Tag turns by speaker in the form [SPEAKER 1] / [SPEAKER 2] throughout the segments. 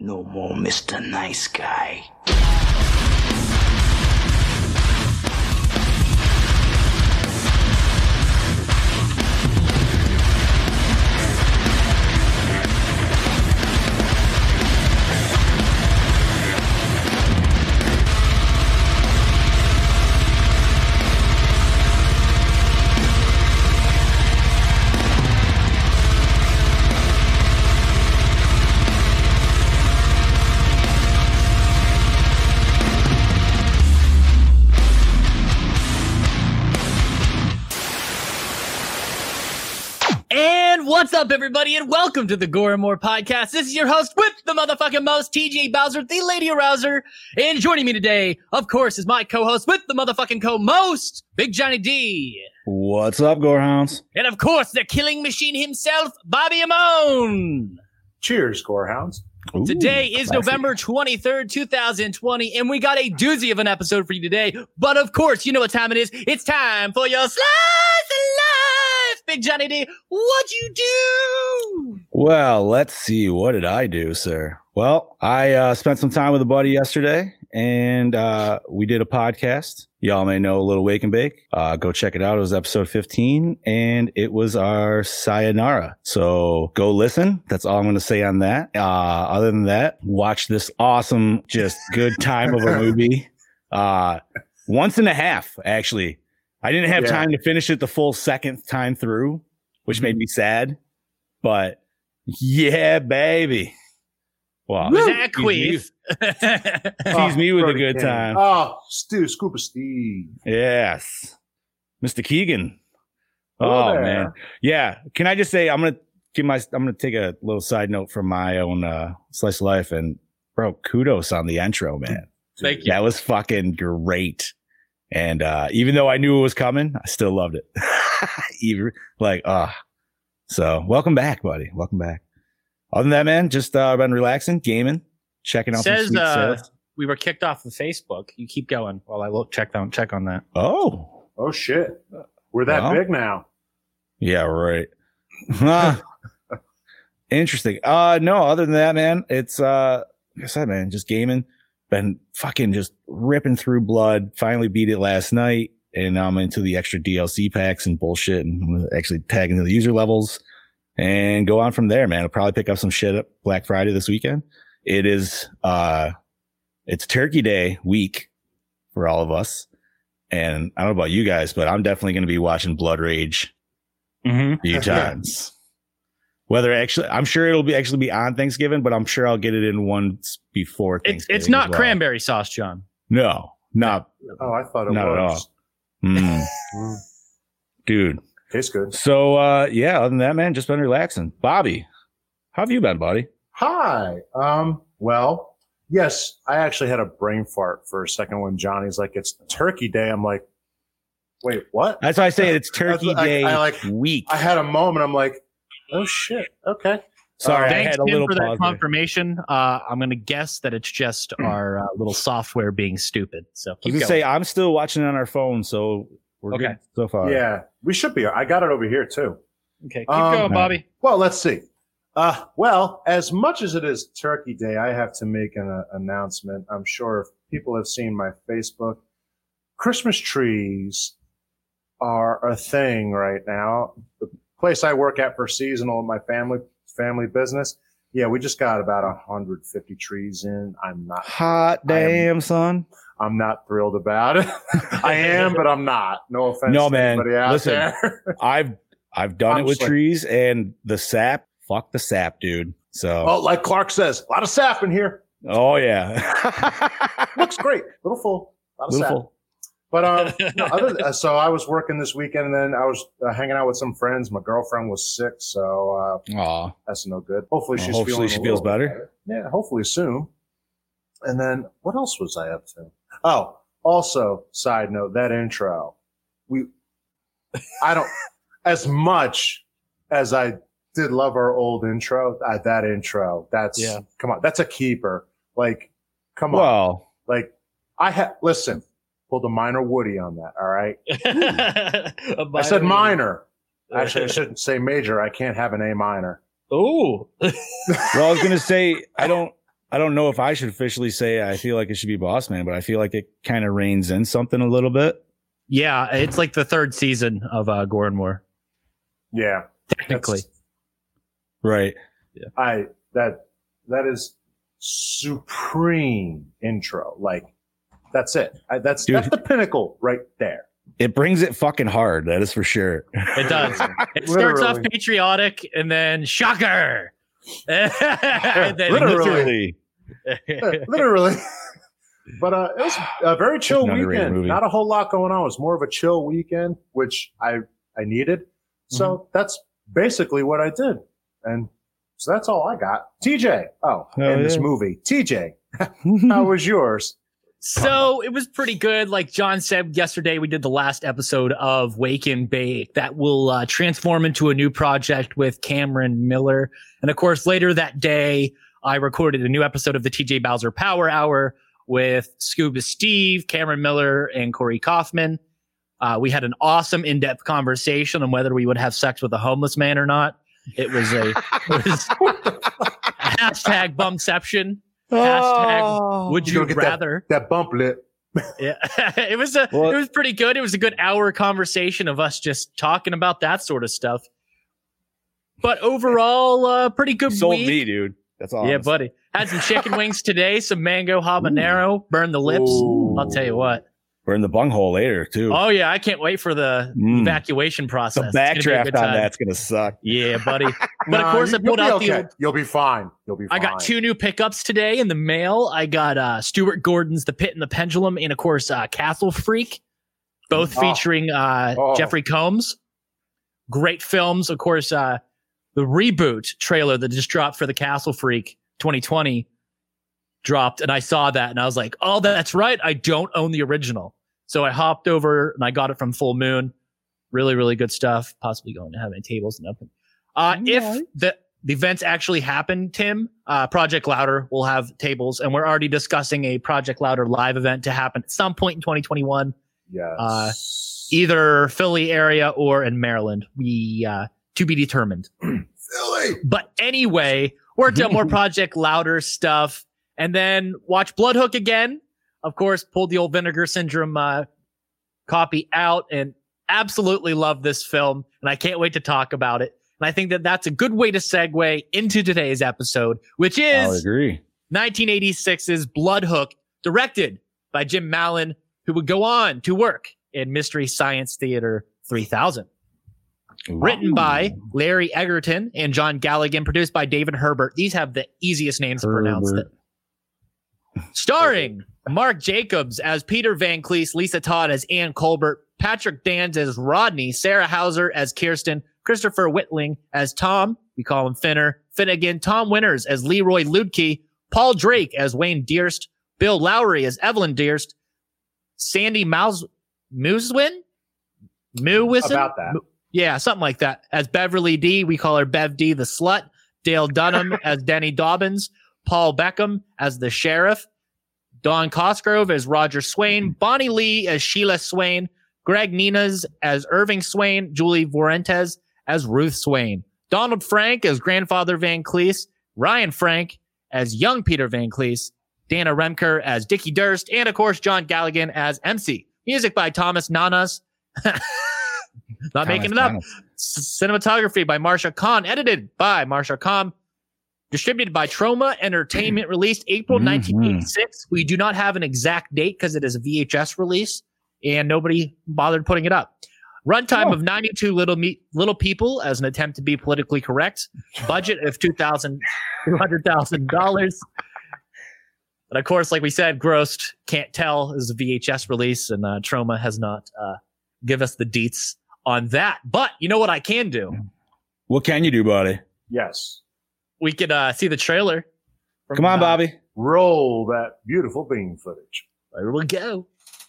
[SPEAKER 1] No more Mr. Nice Guy.
[SPEAKER 2] And what's up, everybody, and welcome to the Gore and More podcast. This is your host with the motherfucking most, TJ Bowser, the lady arouser. And joining me today, of course, is my co host with the motherfucking co most, Big Johnny D.
[SPEAKER 3] What's up, Gorehounds?
[SPEAKER 2] And of course, the killing machine himself, Bobby Amon.
[SPEAKER 4] Cheers, Gorehounds.
[SPEAKER 2] Today is November 23rd, 2020, and we got a doozy of an episode for you today. But of course, you know what time it is. It's time for your slice of life, Big Johnny D. What you do?
[SPEAKER 3] Well, let's see. What did I do, sir? Well, I uh, spent some time with a buddy yesterday, and uh, we did a podcast. Y'all may know Little Wake and Bake. Uh, go check it out. It was episode 15, and it was our sayonara. So go listen. That's all I'm going to say on that. Uh, other than that, watch this awesome, just good time of a movie. Uh, once and a half, actually. I didn't have
[SPEAKER 4] Yeah.
[SPEAKER 3] time to finish it the full second time through, which
[SPEAKER 4] Mm-hmm.
[SPEAKER 3] made me sad. But yeah, baby. Wow.
[SPEAKER 2] Was that a
[SPEAKER 3] Excuse
[SPEAKER 2] queef?
[SPEAKER 3] me- Excuse me with a
[SPEAKER 4] Brody
[SPEAKER 3] good
[SPEAKER 4] Kenny.
[SPEAKER 3] time.
[SPEAKER 4] Oh, Stu, Scuba Steve.
[SPEAKER 3] Yes. Mr. Keegan.
[SPEAKER 4] Hello
[SPEAKER 3] oh
[SPEAKER 4] there.
[SPEAKER 3] man. Yeah. Can I just say I'm gonna give my I'm gonna take a little side note from my own uh slice of life and bro, kudos on the intro, man.
[SPEAKER 2] Thank you.
[SPEAKER 3] That was fucking great. And uh even though I knew it was coming, I still loved it. even like uh so welcome back, buddy. Welcome back. Other than that, man, just uh been relaxing, gaming, checking out
[SPEAKER 2] Says,
[SPEAKER 3] some sweet
[SPEAKER 2] uh,
[SPEAKER 3] stuff.
[SPEAKER 2] We were kicked off of Facebook. You keep going while I look check on check on that.
[SPEAKER 3] Oh,
[SPEAKER 4] Oh, shit. We're that
[SPEAKER 3] Well.
[SPEAKER 4] big now.
[SPEAKER 3] Yeah, right. Huh. Interesting. Uh no, other than that, man, it's uh like I said, man, just gaming. Been fucking just ripping through blood. Finally beat it last night, and now I'm into the extra DLC packs and bullshit and I'm actually tagging to the user levels and go on from there, man. I'll probably pick up some shit up Black Friday this weekend. It is uh it's Turkey Day week for all of us. And I don't know about you guys, but I'm definitely gonna be watching Blood Rage
[SPEAKER 2] Mm-hmm.
[SPEAKER 3] few times. Whether actually, I'm sure it'll be actually be on Thanksgiving, but I'm sure I'll get it in once before
[SPEAKER 2] It's
[SPEAKER 3] Thanksgiving.
[SPEAKER 2] it's not
[SPEAKER 3] as well.
[SPEAKER 2] cranberry sauce, John.
[SPEAKER 3] No, not
[SPEAKER 4] Oh, I thought it
[SPEAKER 3] Not at
[SPEAKER 4] was.
[SPEAKER 3] mm,
[SPEAKER 4] Mm,
[SPEAKER 3] dude.
[SPEAKER 4] tastes good.
[SPEAKER 3] So uh, yeah, other than that, man, just been relaxing. Bobby, how have you been, buddy?
[SPEAKER 4] Hi. Um, well, yes, I actually had a brain fart for a second when Johnny's like, it's Turkey Day. I'm like, wait, what?
[SPEAKER 3] That's why I say it's Turkey
[SPEAKER 4] That's- I-
[SPEAKER 3] Day
[SPEAKER 4] I like-
[SPEAKER 3] week.
[SPEAKER 4] I had a moment. I'm like, oh, shit. Okay.
[SPEAKER 3] Sorry, I
[SPEAKER 2] Thanks
[SPEAKER 3] had a
[SPEAKER 2] Tim,
[SPEAKER 3] little
[SPEAKER 2] for that
[SPEAKER 3] pause. there.
[SPEAKER 2] confirmation. Uh, I'm gonna guess that it's just our uh, little software being stupid. So
[SPEAKER 3] Hmm. I was
[SPEAKER 2] keep
[SPEAKER 3] gonna
[SPEAKER 2] going.
[SPEAKER 3] say I'm still watching on our phone, so we're
[SPEAKER 2] Okay.
[SPEAKER 3] good so far.
[SPEAKER 4] Yeah, we should be. I got it over here, too.
[SPEAKER 2] okay, keep
[SPEAKER 4] um,
[SPEAKER 2] going, Bobby.
[SPEAKER 4] Well, let's see. Uh, well, as much as it is Turkey Day, I have to make an uh, announcement. I'm sure if people have seen my Facebook. Christmas trees are a thing right now. The place I work at for seasonal, my family family business. Yeah, we just got about 150 trees in. I'm not
[SPEAKER 3] Hot
[SPEAKER 4] I am-
[SPEAKER 3] damn, son.
[SPEAKER 4] I'm not thrilled about it. I am, but I'm not. No offense.
[SPEAKER 3] No,
[SPEAKER 4] to
[SPEAKER 3] man.
[SPEAKER 4] Anybody out
[SPEAKER 3] Listen,
[SPEAKER 4] there.
[SPEAKER 3] I've I've done it with
[SPEAKER 4] Honestly.
[SPEAKER 3] trees and the sap. Fuck the sap, dude. So
[SPEAKER 4] Well, like Clark says, a lot of sap in here.
[SPEAKER 3] Oh yeah.
[SPEAKER 4] Looks great. Little full. A lot of sap.
[SPEAKER 3] Beautiful.
[SPEAKER 4] But um, no, other th- so I was working this weekend, and then I was uh, hanging out with some friends. My girlfriend was sick, so uh,
[SPEAKER 3] Aw.
[SPEAKER 4] that's no good. Hopefully,
[SPEAKER 3] Well,
[SPEAKER 4] she's
[SPEAKER 3] hopefully
[SPEAKER 4] feeling
[SPEAKER 3] she
[SPEAKER 4] a
[SPEAKER 3] feels
[SPEAKER 4] little bit
[SPEAKER 3] better.
[SPEAKER 4] Yeah, hopefully soon. And then what else was I up to? Oh, also side note that intro. We, I don't as much as I did love our old intro. Uh, that intro, that's
[SPEAKER 2] Yeah.
[SPEAKER 4] come on, that's a keeper. Like, come on,
[SPEAKER 3] Well,
[SPEAKER 4] like I had listen. Pulled a minor Woody on that. All right. I said minor. Actually, I shouldn't say major. I can't have an A minor.
[SPEAKER 2] Oh,
[SPEAKER 3] well, I was gonna say I don't I don't know if I should officially say I feel like it should be Boss Man, but I feel like it kind of reins in something a little bit.
[SPEAKER 2] Yeah, it's like the third season of uh, Gore and War,
[SPEAKER 4] Yeah,
[SPEAKER 2] technically.
[SPEAKER 4] that's-
[SPEAKER 3] Right.
[SPEAKER 4] I that that is supreme intro. Like that's it. I, that's
[SPEAKER 3] Dude.
[SPEAKER 4] that's the pinnacle right there.
[SPEAKER 3] It brings it fucking hard. That is for sure.
[SPEAKER 2] It does. It starts off
[SPEAKER 4] Literally.
[SPEAKER 2] patriotic and then shocker. And then-
[SPEAKER 4] Literally.
[SPEAKER 3] Literally.
[SPEAKER 4] literally. But uh, it was a very chill
[SPEAKER 3] It's an underrated
[SPEAKER 4] weekend.
[SPEAKER 3] movie.
[SPEAKER 4] Not a whole lot going on. It was more of a chill weekend, which I I needed. So
[SPEAKER 3] Mm-hmm.
[SPEAKER 4] that's basically what I did, and so that's all I got. TJ, oh,
[SPEAKER 3] Hell
[SPEAKER 4] in this
[SPEAKER 3] yeah.
[SPEAKER 4] movie, TJ, how was yours?
[SPEAKER 2] So it was pretty good. Like John said yesterday, we did the last episode of Wake and Bake that will uh, transform into a new project with Cameron Miller. And of course, later that day, I recorded a new episode of the TJ Bowser Power Hour with Scuba Steve, Cameron Miller, and Corey Kaufman. Uh, we had an awesome in-depth conversation on whether we would have sex with a homeless man or not. It was a it was hashtag bumception. Hashtag Would
[SPEAKER 4] You
[SPEAKER 2] you
[SPEAKER 4] gonna get that-
[SPEAKER 2] rather?
[SPEAKER 4] That bump lit.
[SPEAKER 2] Yeah, it was a
[SPEAKER 3] Well-
[SPEAKER 2] it was pretty good. It was a good hour conversation of us just talking about that sort of stuff. But overall, uh, pretty good
[SPEAKER 3] sold
[SPEAKER 2] week.
[SPEAKER 3] me, dude. That's all.
[SPEAKER 2] Yeah,
[SPEAKER 3] I'm
[SPEAKER 2] buddy. Had some chicken wings today, some mango habanero, burn the lips.
[SPEAKER 4] Ooh.
[SPEAKER 2] I'll tell you what.
[SPEAKER 3] We're in the bunghole later too.
[SPEAKER 2] Oh yeah, I can't wait for the
[SPEAKER 3] Mm.
[SPEAKER 2] evacuation
[SPEAKER 3] the
[SPEAKER 2] process. It's gonna be a
[SPEAKER 3] backdraft
[SPEAKER 2] good
[SPEAKER 3] on
[SPEAKER 2] time.
[SPEAKER 3] that's gonna suck.
[SPEAKER 2] Yeah, buddy. But of course, I
[SPEAKER 4] you'll
[SPEAKER 2] pulled
[SPEAKER 4] be
[SPEAKER 2] out the
[SPEAKER 4] okay. You'll be fine. You'll be.
[SPEAKER 2] I
[SPEAKER 4] Fine.
[SPEAKER 2] got two new pickups today in the mail. I got uh, Stuart Gordon's The Pit and the Pendulum, and of course, uh, Castle Freak, both
[SPEAKER 4] Oh.
[SPEAKER 2] featuring uh,
[SPEAKER 4] Oh.
[SPEAKER 2] Jeffrey Combs. Great films. Of course, uh, the reboot trailer that just dropped for The Castle Freak 2020 dropped, and I saw that, and I was like, oh, that's right. I don't own the original. So I hopped over and I got it from Full Moon. Really, really good stuff. Possibly going to have any tables and open. Uh, If the, the events actually happen, Tim, uh, Project Louder will have tables, and we're already discussing a Project Louder live event to happen at some point in 2021, uh,
[SPEAKER 4] Yes.
[SPEAKER 2] either Philly area or in Maryland. We uh, to be determined.
[SPEAKER 4] Silly.
[SPEAKER 2] But anyway, worked out more Project Louder stuff. And then watch Bloodhook again. Of course, pulled the old Vinegar Syndrome uh, copy out and absolutely love this film. And I can't wait to talk about it. And I think that that's a good way to segue into today's episode, which
[SPEAKER 3] I'll
[SPEAKER 2] is
[SPEAKER 3] agree.
[SPEAKER 2] 1986's Bloodhook, directed by Jim Mallon, who would go on to work in Mystery Science Theater 3000 written by Larry Egerton and John Galligan, produced by David Herbert. These have the easiest names to pronounce.
[SPEAKER 3] Herbert.
[SPEAKER 2] Starring Mark Jacobs as Peter Van Cleese, Lisa Todd as Ann Colbert, Patrick Dans as Rodney, Sarah Hauser as Kirsten, Christopher Whitling as Tom, we call him Finner, Finnegan, Tom Winters as Leroy Ludke, Paul Drake as Wayne Dearst, Bill Lowry as Evelyn Dearst, Sandy Mouse Moosewin? Moowisson?
[SPEAKER 4] About that.
[SPEAKER 2] Yeah, something like that. As Beverly D, we call her Bev D the slut. Dale Dunham as Danny Dobbins. Paul Beckham as the sheriff. Don Cosgrove as Roger Swain. Bonnie Lee as Sheila Swain. Greg Ninas as Irving Swain. Julie Vorentes as Ruth Swain. Donald Frank as grandfather Van Cleese. Ryan Frank as young Peter Van Cleese. Dana Remker as Dickie Durst. And of course, John Galligan as MC. Music by Thomas Nanas. Not making it up. S- cinematography by Marsha Khan, edited by Marsha Khan, distributed by Troma Entertainment, released April
[SPEAKER 3] Mhm.
[SPEAKER 2] 1986. We do not have an exact date because it is a VHS release and nobody bothered putting it up. Runtime
[SPEAKER 3] Oh.
[SPEAKER 2] of 92 little me- little people as an attempt to be politically correct. Budget of 2000 $200,000. And of course, like we said, Grossed Can't Tell is a VHS release, and uh, Troma has not uh, give us the deets on that. But you know what I can do?
[SPEAKER 3] What can you do, buddy?
[SPEAKER 4] Yes.
[SPEAKER 2] We could uh, see the trailer. from,
[SPEAKER 3] Come on,
[SPEAKER 2] uh,
[SPEAKER 3] Bobby.
[SPEAKER 4] Roll that beautiful beam footage.
[SPEAKER 2] There we go.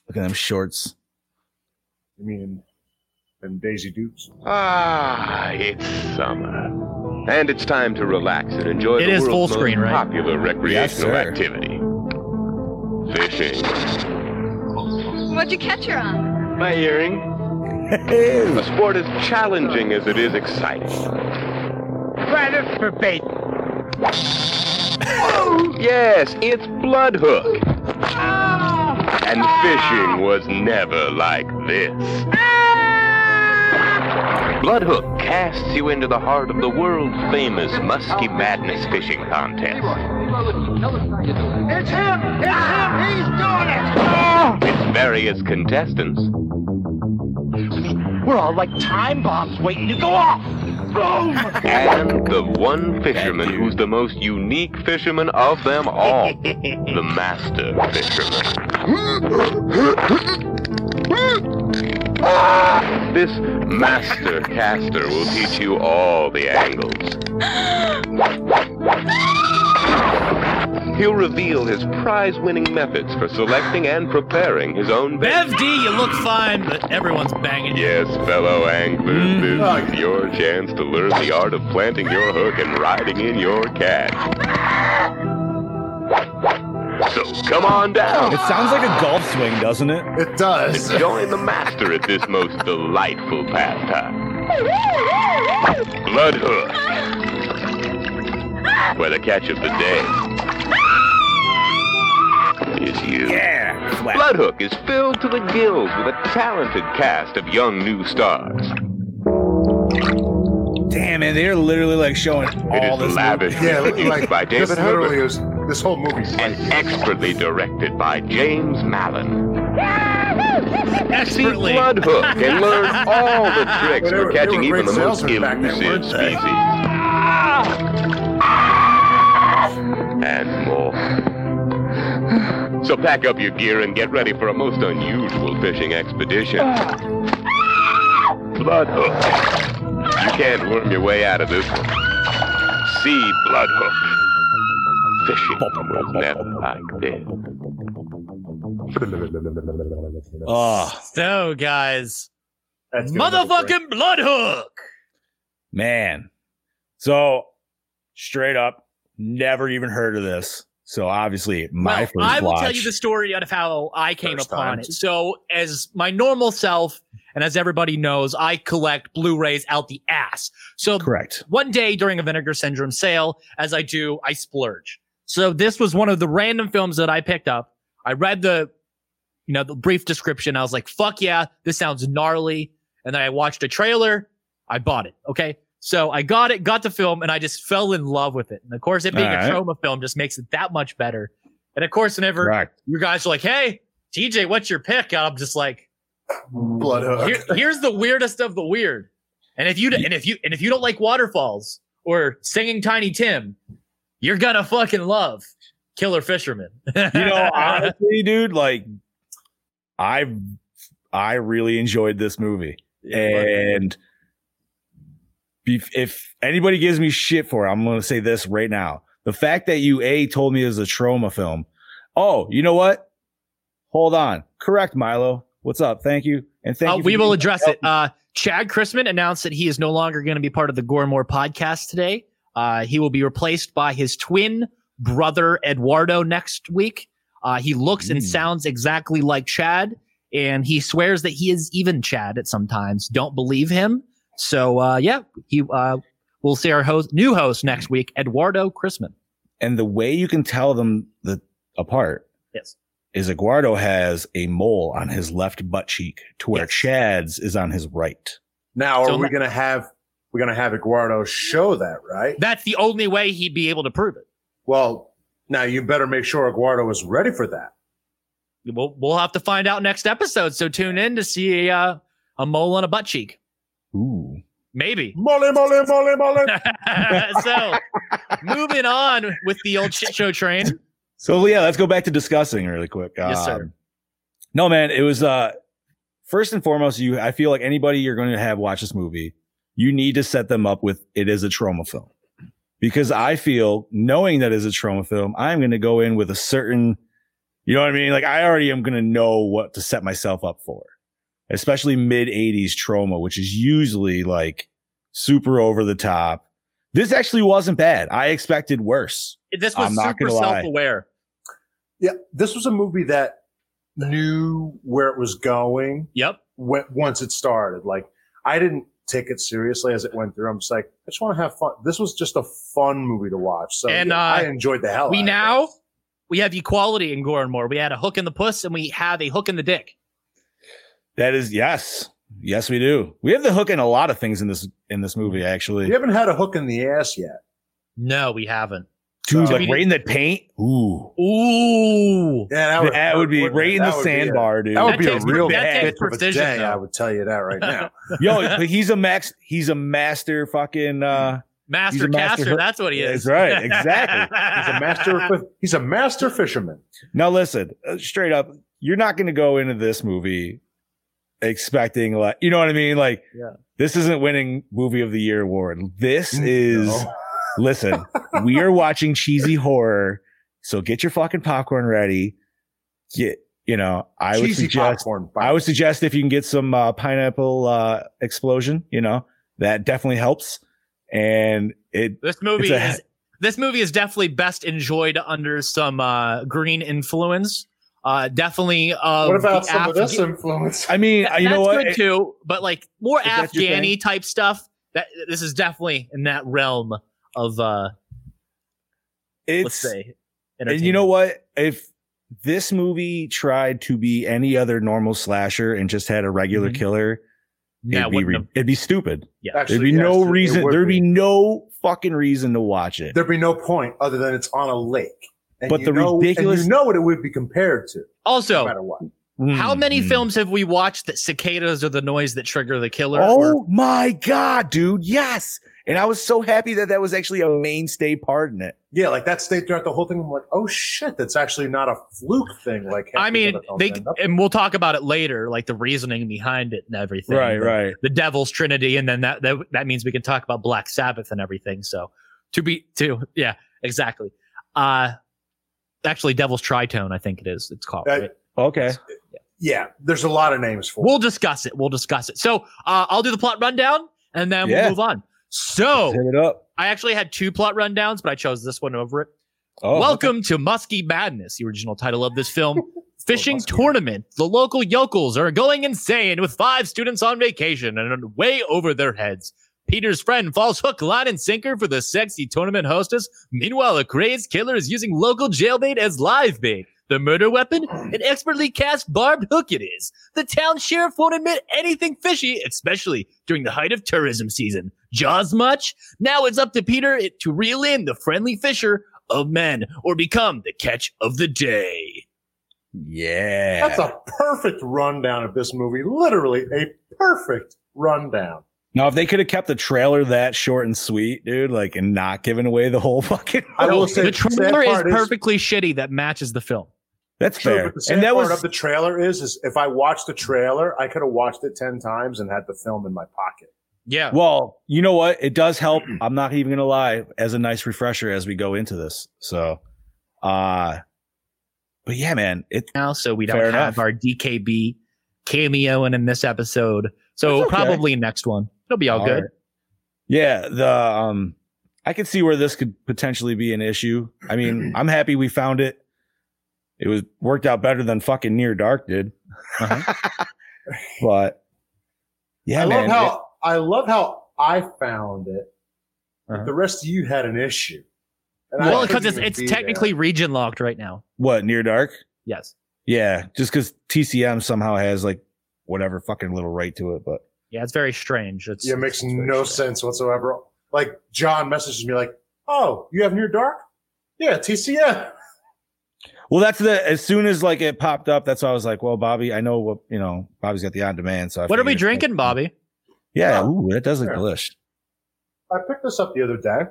[SPEAKER 3] Look at them shorts.
[SPEAKER 4] I mean, and Daisy Dukes.
[SPEAKER 5] Ah, it's summer. And it's time to relax and enjoy
[SPEAKER 2] It
[SPEAKER 5] the
[SPEAKER 2] is
[SPEAKER 5] world's
[SPEAKER 2] full screen,
[SPEAKER 5] most
[SPEAKER 2] right?
[SPEAKER 5] popular recreational
[SPEAKER 3] sir.
[SPEAKER 5] activity. Fishing.
[SPEAKER 6] What'd you catch her on?
[SPEAKER 5] My earring. A sport as challenging as it is exciting. Predator for bait. Yes, it's Bloodhook. And fishing was never like this. Bloodhook casts you into the heart of the world famous Musky Madness fishing contest.
[SPEAKER 7] It's him! It's him! He's doing it!
[SPEAKER 5] with various contestants.
[SPEAKER 7] We're all like time bombs waiting to go off! Boom!
[SPEAKER 5] And the one fisherman who's the most unique fisherman of them all the master fisherman. This master caster will teach you all the angles. He'll reveal his prize winning methods for selecting and preparing his own bait.
[SPEAKER 2] Bev D, you look fine, but everyone's banging you.
[SPEAKER 5] Yes, fellow anglers, this is your chance to learn the art of planting your hook and riding in your catch. So come on down.
[SPEAKER 3] It sounds like a golf swing, doesn't it?
[SPEAKER 4] It does.
[SPEAKER 5] Join the master at this most delightful pastime. Bloodhook. Where the catch of the day is you.
[SPEAKER 3] Yeah. Flat.
[SPEAKER 5] Bloodhook is filled to the gills with a talented cast of young new stars.
[SPEAKER 3] Damn it, they're literally like showing all
[SPEAKER 5] It
[SPEAKER 3] this.
[SPEAKER 5] is lavish
[SPEAKER 4] Yeah, it looked
[SPEAKER 5] produced
[SPEAKER 4] like
[SPEAKER 5] by David
[SPEAKER 4] David literally
[SPEAKER 5] Herbert
[SPEAKER 4] was this whole movie.
[SPEAKER 5] and expertly directed by James Mallon. See
[SPEAKER 2] Expertly.
[SPEAKER 5] Bloodhook and learn all the tricks
[SPEAKER 4] Well, they were-
[SPEAKER 5] for
[SPEAKER 4] they
[SPEAKER 5] catching
[SPEAKER 4] were
[SPEAKER 5] even
[SPEAKER 4] great
[SPEAKER 5] the most
[SPEAKER 4] salesmen back then,
[SPEAKER 5] elusive
[SPEAKER 4] weren't they?
[SPEAKER 5] species. And more. So pack up your gear and get ready for a most unusual fishing expedition. Bloodhook. You can't worm your way out of this one. See Bloodhook. Fishing was never like this.
[SPEAKER 3] Oh
[SPEAKER 2] So, guys,
[SPEAKER 4] That's gonna be great.
[SPEAKER 2] motherfucking Bloodhook.
[SPEAKER 3] man. So straight up, never even heard of this. So obviously, my
[SPEAKER 2] Well,
[SPEAKER 3] first
[SPEAKER 2] I will
[SPEAKER 3] watch.
[SPEAKER 2] tell you the story of how I came
[SPEAKER 4] First
[SPEAKER 2] upon
[SPEAKER 4] time.
[SPEAKER 2] it. So, as my normal self, and as everybody knows, I collect Blu-rays out the ass. So
[SPEAKER 3] Correct.
[SPEAKER 2] one day during a Vinegar Syndrome sale, as I do, I splurge. So this was one of the random films that I picked up. I read the, you know, the brief description. I was like, fuck yeah, this sounds gnarly. And then I watched a trailer. I bought it. Okay. So I got it, got the film, and I just fell in love with it. And of course, it being
[SPEAKER 3] Alright.
[SPEAKER 2] a trauma film just makes it that much better. And of course, whenever
[SPEAKER 3] Correct.
[SPEAKER 2] you guys are like, hey, TJ, what's your pick? And I'm just like,
[SPEAKER 4] Bloodhook.
[SPEAKER 2] here, here's the weirdest of the weird. And if you and if you and if you don't like waterfalls or singing Tiny Tim, you're gonna fucking love Killer Fisherman.
[SPEAKER 3] You know, honestly, dude, like I, I really enjoyed this movie, and if, if anybody gives me shit for it, I'm going to say this right now: the fact that you a told me it was a trauma film. Oh, you know what? Hold on. Correct, Milo. What's up? Thank you, and thank
[SPEAKER 2] Uh,
[SPEAKER 3] you. for
[SPEAKER 2] we will
[SPEAKER 3] being-
[SPEAKER 2] address it. Uh, Chad Chrisman announced that he is no longer going to be part of the Gore and More podcast today. Uh, he will be replaced by his twin brother Eduardo next week. Uh, he looks and
[SPEAKER 3] Mm.
[SPEAKER 2] sounds exactly like Chad, and he swears that he is even Chad at some times. Don't believe him. So uh, yeah, he uh, we'll see our host, new host next week, Eduardo Chrisman.
[SPEAKER 3] and the way you can tell them the apart
[SPEAKER 2] Yes.
[SPEAKER 3] is Eduardo has a mole on his left butt cheek, to where
[SPEAKER 2] Yes.
[SPEAKER 3] Chad's is on his right.
[SPEAKER 4] Now, are
[SPEAKER 2] So
[SPEAKER 4] we
[SPEAKER 2] let-
[SPEAKER 4] going to have we're going to have Eduardo show that, right?
[SPEAKER 2] That's the only way he'd be able to prove it.
[SPEAKER 4] Well, now you better make sure Eduardo is ready for that.
[SPEAKER 2] We'll we'll have to find out next episode. So tune in to see uh, a mole on a butt cheek.
[SPEAKER 3] Ooh.
[SPEAKER 2] Maybe.
[SPEAKER 4] Molly, molly, molly, molly.
[SPEAKER 2] so, moving on with the old shit show train.
[SPEAKER 3] So yeah, let's go back to discussing really quick.
[SPEAKER 2] Yes, sir.
[SPEAKER 3] Um, no, man, it was uh first and foremost, you I feel like anybody you're going to have watch this movie, you need to set them up with it is a trauma film. Because I feel knowing that is a trauma film, I'm going to go in with a certain you know what I mean? Like I already am going to know what to set myself up for. Especially mid 80s trauma, which is usually like super over the top. This actually wasn't bad. I expected worse.
[SPEAKER 2] This
[SPEAKER 3] I'm
[SPEAKER 2] was
[SPEAKER 3] not
[SPEAKER 2] super
[SPEAKER 3] gonna lie.
[SPEAKER 2] self aware.
[SPEAKER 4] Yeah, this was a movie that knew where it was going
[SPEAKER 2] Yep.
[SPEAKER 4] when, once it started. Like, I didn't take it seriously as it went through. I'm just like, I just want to have fun. This was just a fun movie to watch. So
[SPEAKER 2] And,
[SPEAKER 4] yeah,
[SPEAKER 2] uh,
[SPEAKER 4] Oh, I enjoyed the hell.
[SPEAKER 2] we
[SPEAKER 4] out of it.
[SPEAKER 2] now we have equality in Gore and More. We had a hook in the puss and we have a hook in the dick.
[SPEAKER 3] That is yes, yes we do. We have the hook in a lot of things in this in this movie actually.
[SPEAKER 4] You haven't had a hook in the ass yet.
[SPEAKER 2] No, we haven't.
[SPEAKER 3] Dude,
[SPEAKER 4] So-
[SPEAKER 3] like right in the paint. Ooh,
[SPEAKER 2] Ooh.
[SPEAKER 4] Yeah,
[SPEAKER 3] that would, be
[SPEAKER 4] wouldn't
[SPEAKER 3] right
[SPEAKER 4] it?
[SPEAKER 3] in the
[SPEAKER 4] That would be a-
[SPEAKER 3] sandbar, dude.
[SPEAKER 4] That would
[SPEAKER 2] That
[SPEAKER 4] be a
[SPEAKER 2] takes-
[SPEAKER 4] real
[SPEAKER 2] that
[SPEAKER 4] bad
[SPEAKER 2] takes
[SPEAKER 4] bitch of a
[SPEAKER 2] precision,
[SPEAKER 4] day.
[SPEAKER 2] though.
[SPEAKER 4] I would tell you that right now.
[SPEAKER 3] Yo, but he's a max. He's a master fucking. uh He's
[SPEAKER 2] Master
[SPEAKER 3] a master
[SPEAKER 2] caster,
[SPEAKER 3] hook.
[SPEAKER 2] that's what he is.
[SPEAKER 3] That's right, exactly.
[SPEAKER 4] He's a master. he's a master fisherman.
[SPEAKER 3] Now listen, uh, straight up, you're not going to go into this movie expecting like, you know what I mean? Like,
[SPEAKER 2] Yeah.
[SPEAKER 3] this isn't winning movie of the year award. This
[SPEAKER 4] Mm,
[SPEAKER 3] is. Listen, we are watching cheesy horror, so get your fucking popcorn ready. Get you know, I would
[SPEAKER 4] Cheesy
[SPEAKER 3] suggest
[SPEAKER 4] popcorn.
[SPEAKER 3] I would suggest if you can get some uh, pineapple uh, explosion, you know, that definitely helps. And it
[SPEAKER 2] This movie
[SPEAKER 3] It's a-
[SPEAKER 2] is this movie is definitely best enjoyed under some uh, green influence. Uh, definitely. Of
[SPEAKER 4] What about
[SPEAKER 2] the
[SPEAKER 4] some
[SPEAKER 2] Af-
[SPEAKER 4] of this influence?
[SPEAKER 3] I mean,
[SPEAKER 2] That-
[SPEAKER 3] I- you know
[SPEAKER 2] that's
[SPEAKER 3] what?
[SPEAKER 2] good
[SPEAKER 3] It-
[SPEAKER 2] too, but like more
[SPEAKER 3] If that's your thing.
[SPEAKER 2] Afghani type stuff. That this is definitely in that realm of uh, let's
[SPEAKER 3] it's
[SPEAKER 2] say.
[SPEAKER 3] and you know
[SPEAKER 2] entertainment.
[SPEAKER 3] what? If this movie tried to be any other normal slasher and just had a regular
[SPEAKER 2] Mhm.
[SPEAKER 3] killer,
[SPEAKER 2] Yeah,
[SPEAKER 3] it'd, be
[SPEAKER 2] wouldn't
[SPEAKER 3] re-
[SPEAKER 2] have-
[SPEAKER 3] it'd be stupid.
[SPEAKER 4] Actually,
[SPEAKER 3] there'd be
[SPEAKER 4] yes,
[SPEAKER 3] no
[SPEAKER 4] it- it
[SPEAKER 3] reason.
[SPEAKER 4] would
[SPEAKER 3] There'd be no fucking reason to watch it.
[SPEAKER 4] There'd be no point other than it's on a lake. And
[SPEAKER 3] But
[SPEAKER 4] you
[SPEAKER 3] the
[SPEAKER 4] know, and
[SPEAKER 3] ridiculous-
[SPEAKER 4] you know what it would be compared to, no
[SPEAKER 2] also,
[SPEAKER 4] matter what.
[SPEAKER 2] how many
[SPEAKER 3] Mm.
[SPEAKER 2] films have we watched that cicadas are the noise that trigger the killer?
[SPEAKER 3] Oh my god, dude! Yes, and I was so happy that that was actually a mainstay part in it.
[SPEAKER 4] Yeah, like that stayed throughout the whole thing. I'm like, oh shit, that's actually not a fluke thing. Like, half
[SPEAKER 2] I
[SPEAKER 4] these
[SPEAKER 2] mean,
[SPEAKER 4] other films
[SPEAKER 2] they
[SPEAKER 4] end up-
[SPEAKER 2] and we'll talk about it later, like the reasoning behind it and everything. but-
[SPEAKER 3] right.
[SPEAKER 2] the devil's trinity and then that, that that means we can talk about black sabbath and everything so to be to yeah exactly uh actually devil's tritone i think it is it's called
[SPEAKER 4] Uh,
[SPEAKER 2] right?
[SPEAKER 3] Okay.
[SPEAKER 4] yeah, there's a lot of names for. it.
[SPEAKER 2] we'll discuss it we'll discuss it so uh, i'll do the plot rundown and then
[SPEAKER 3] Yeah.
[SPEAKER 2] we'll move on so
[SPEAKER 3] Hit it up.
[SPEAKER 2] i actually had two plot rundowns but i chose this one over it
[SPEAKER 3] Oh,
[SPEAKER 2] Welcome to Muskie Madness, the original title of this film. Fishing
[SPEAKER 4] Muskie.
[SPEAKER 2] tournament. The local yokels are going insane with five students on vacation and way over their heads. Peter's friend falls hook, line, and sinker for the sexy tournament hostess. Meanwhile, a crazed killer is using local jailbait as live bait. The murder weapon? An expertly cast barbed hook it is. The town sheriff won't admit anything fishy, especially during the height of tourism season. Jaws much? Now it's up to Peter it- to reel in the friendly fisher of men or become the catch of the day.
[SPEAKER 3] yeah.
[SPEAKER 4] That's a perfect rundown of this movie. Literally a perfect rundown.
[SPEAKER 3] Now, if they could have kept the trailer that short and sweet, dude, like, and not given away the whole fucking,
[SPEAKER 4] I will say
[SPEAKER 2] The trailer
[SPEAKER 4] sad
[SPEAKER 2] is
[SPEAKER 4] part
[SPEAKER 2] perfectly shitty that matches the film.
[SPEAKER 3] that's
[SPEAKER 4] True,
[SPEAKER 3] fair.
[SPEAKER 4] but the sad
[SPEAKER 3] And that
[SPEAKER 4] part
[SPEAKER 3] was
[SPEAKER 4] of the trailer is, is if I watched the trailer, I could have watched it ten times and had the film in my pocket.
[SPEAKER 2] Yeah.
[SPEAKER 3] well, you know what? It does help. I'm not even gonna lie, as a nice refresher as we go into this. So, uh, but yeah, man, it
[SPEAKER 2] Now, so we don't
[SPEAKER 3] Fair
[SPEAKER 2] have
[SPEAKER 3] enough.
[SPEAKER 2] our DKB cameo in, in this episode. So
[SPEAKER 3] That's okay.
[SPEAKER 2] probably next one. It'll be all,
[SPEAKER 3] All
[SPEAKER 2] good.
[SPEAKER 3] right. yeah, the um, I could see where this could potentially be an issue. I mean, I'm happy we found it. It was worked out better than fucking Near Dark did.
[SPEAKER 2] Uh-huh.
[SPEAKER 3] but yeah,
[SPEAKER 4] I love
[SPEAKER 3] man,
[SPEAKER 4] how I love how I found it. but
[SPEAKER 3] Uh-huh.
[SPEAKER 4] The rest of you had an issue. And I
[SPEAKER 2] Well,
[SPEAKER 4] couldn't
[SPEAKER 2] because it's,
[SPEAKER 4] even
[SPEAKER 2] it's
[SPEAKER 4] be uh,
[SPEAKER 2] technically region locked right now.
[SPEAKER 3] what Near Dark?
[SPEAKER 2] Yes.
[SPEAKER 3] Yeah, just because TCM somehow has like whatever fucking little right to it, but
[SPEAKER 2] Yeah, it's very strange. It's
[SPEAKER 4] there. Yeah, it makes
[SPEAKER 2] it's very
[SPEAKER 4] no
[SPEAKER 2] strange.
[SPEAKER 4] sense whatsoever. Like John messages me like, "Oh, you have near dark? Yeah, TCM.
[SPEAKER 3] well, that's the as soon as like it popped up, that's why I was like, well, Bobby, I know what you know. Bobby's got the on demand, so I
[SPEAKER 2] What are we
[SPEAKER 3] figured-
[SPEAKER 2] drinking, Bobby?
[SPEAKER 3] Yeah, ooh, that does look
[SPEAKER 4] Sure.
[SPEAKER 3] delish.
[SPEAKER 4] I picked this up the other day.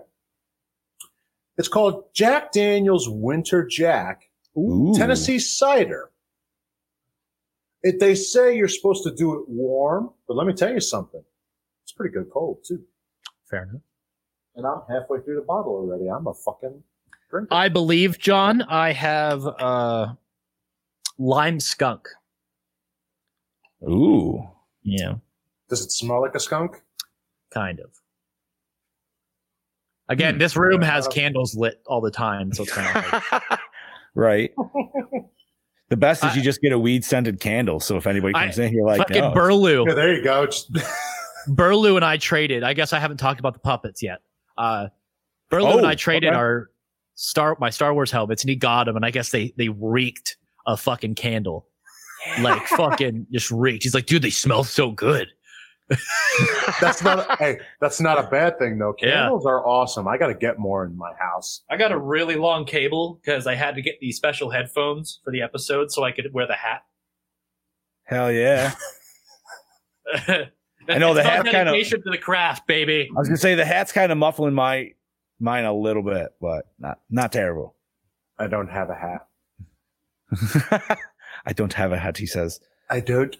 [SPEAKER 4] It's called Jack Daniel's Winter Jack
[SPEAKER 3] Ooh.
[SPEAKER 4] Tennessee cider. It, they say you're supposed to do it warm, but let me tell you something. It's pretty good cold too.
[SPEAKER 2] Fair enough.
[SPEAKER 4] And I'm halfway through the bottle already. I'm a fucking drinker.
[SPEAKER 2] I believe, John, I have uh lime skunk.
[SPEAKER 3] Ooh,
[SPEAKER 2] Yeah.
[SPEAKER 4] Does it smell like a skunk?
[SPEAKER 2] kind of. Again, this room has
[SPEAKER 4] Uh,
[SPEAKER 2] candles lit all the time, so it's kind of like,
[SPEAKER 3] right. the best is
[SPEAKER 2] I-
[SPEAKER 3] you just get a weed scented candle. So if anybody
[SPEAKER 2] I-
[SPEAKER 3] comes in, you're like, "Oh,
[SPEAKER 2] fucking
[SPEAKER 3] no.
[SPEAKER 2] Burloo.
[SPEAKER 4] Yeah, there you go. Just-
[SPEAKER 2] Burlew and I traded. I guess I haven't talked about the puppets yet. Uh, Burlew
[SPEAKER 3] Oh,
[SPEAKER 2] and I traded
[SPEAKER 3] okay.
[SPEAKER 2] our Star my Star Wars helmets, and he got them, and I guess they they reeked a fucking candle, like fucking just reeked. He's like, dude, they smell so good.
[SPEAKER 4] That's not hey, that's not a bad thing though.
[SPEAKER 2] Yeah.
[SPEAKER 4] Candles are awesome. I gotta get more in my house.
[SPEAKER 2] I got a really long cable because I had to get these special headphones for the episode so I could wear the hat.
[SPEAKER 3] Hell yeah. I know, the It's all hat kinda- dedication
[SPEAKER 2] to the craft, baby.
[SPEAKER 3] I was gonna say the hat's kind of muffling my mine a little bit, but not not terrible.
[SPEAKER 4] I don't have a hat.
[SPEAKER 3] I don't have a hat, he says.
[SPEAKER 4] I don't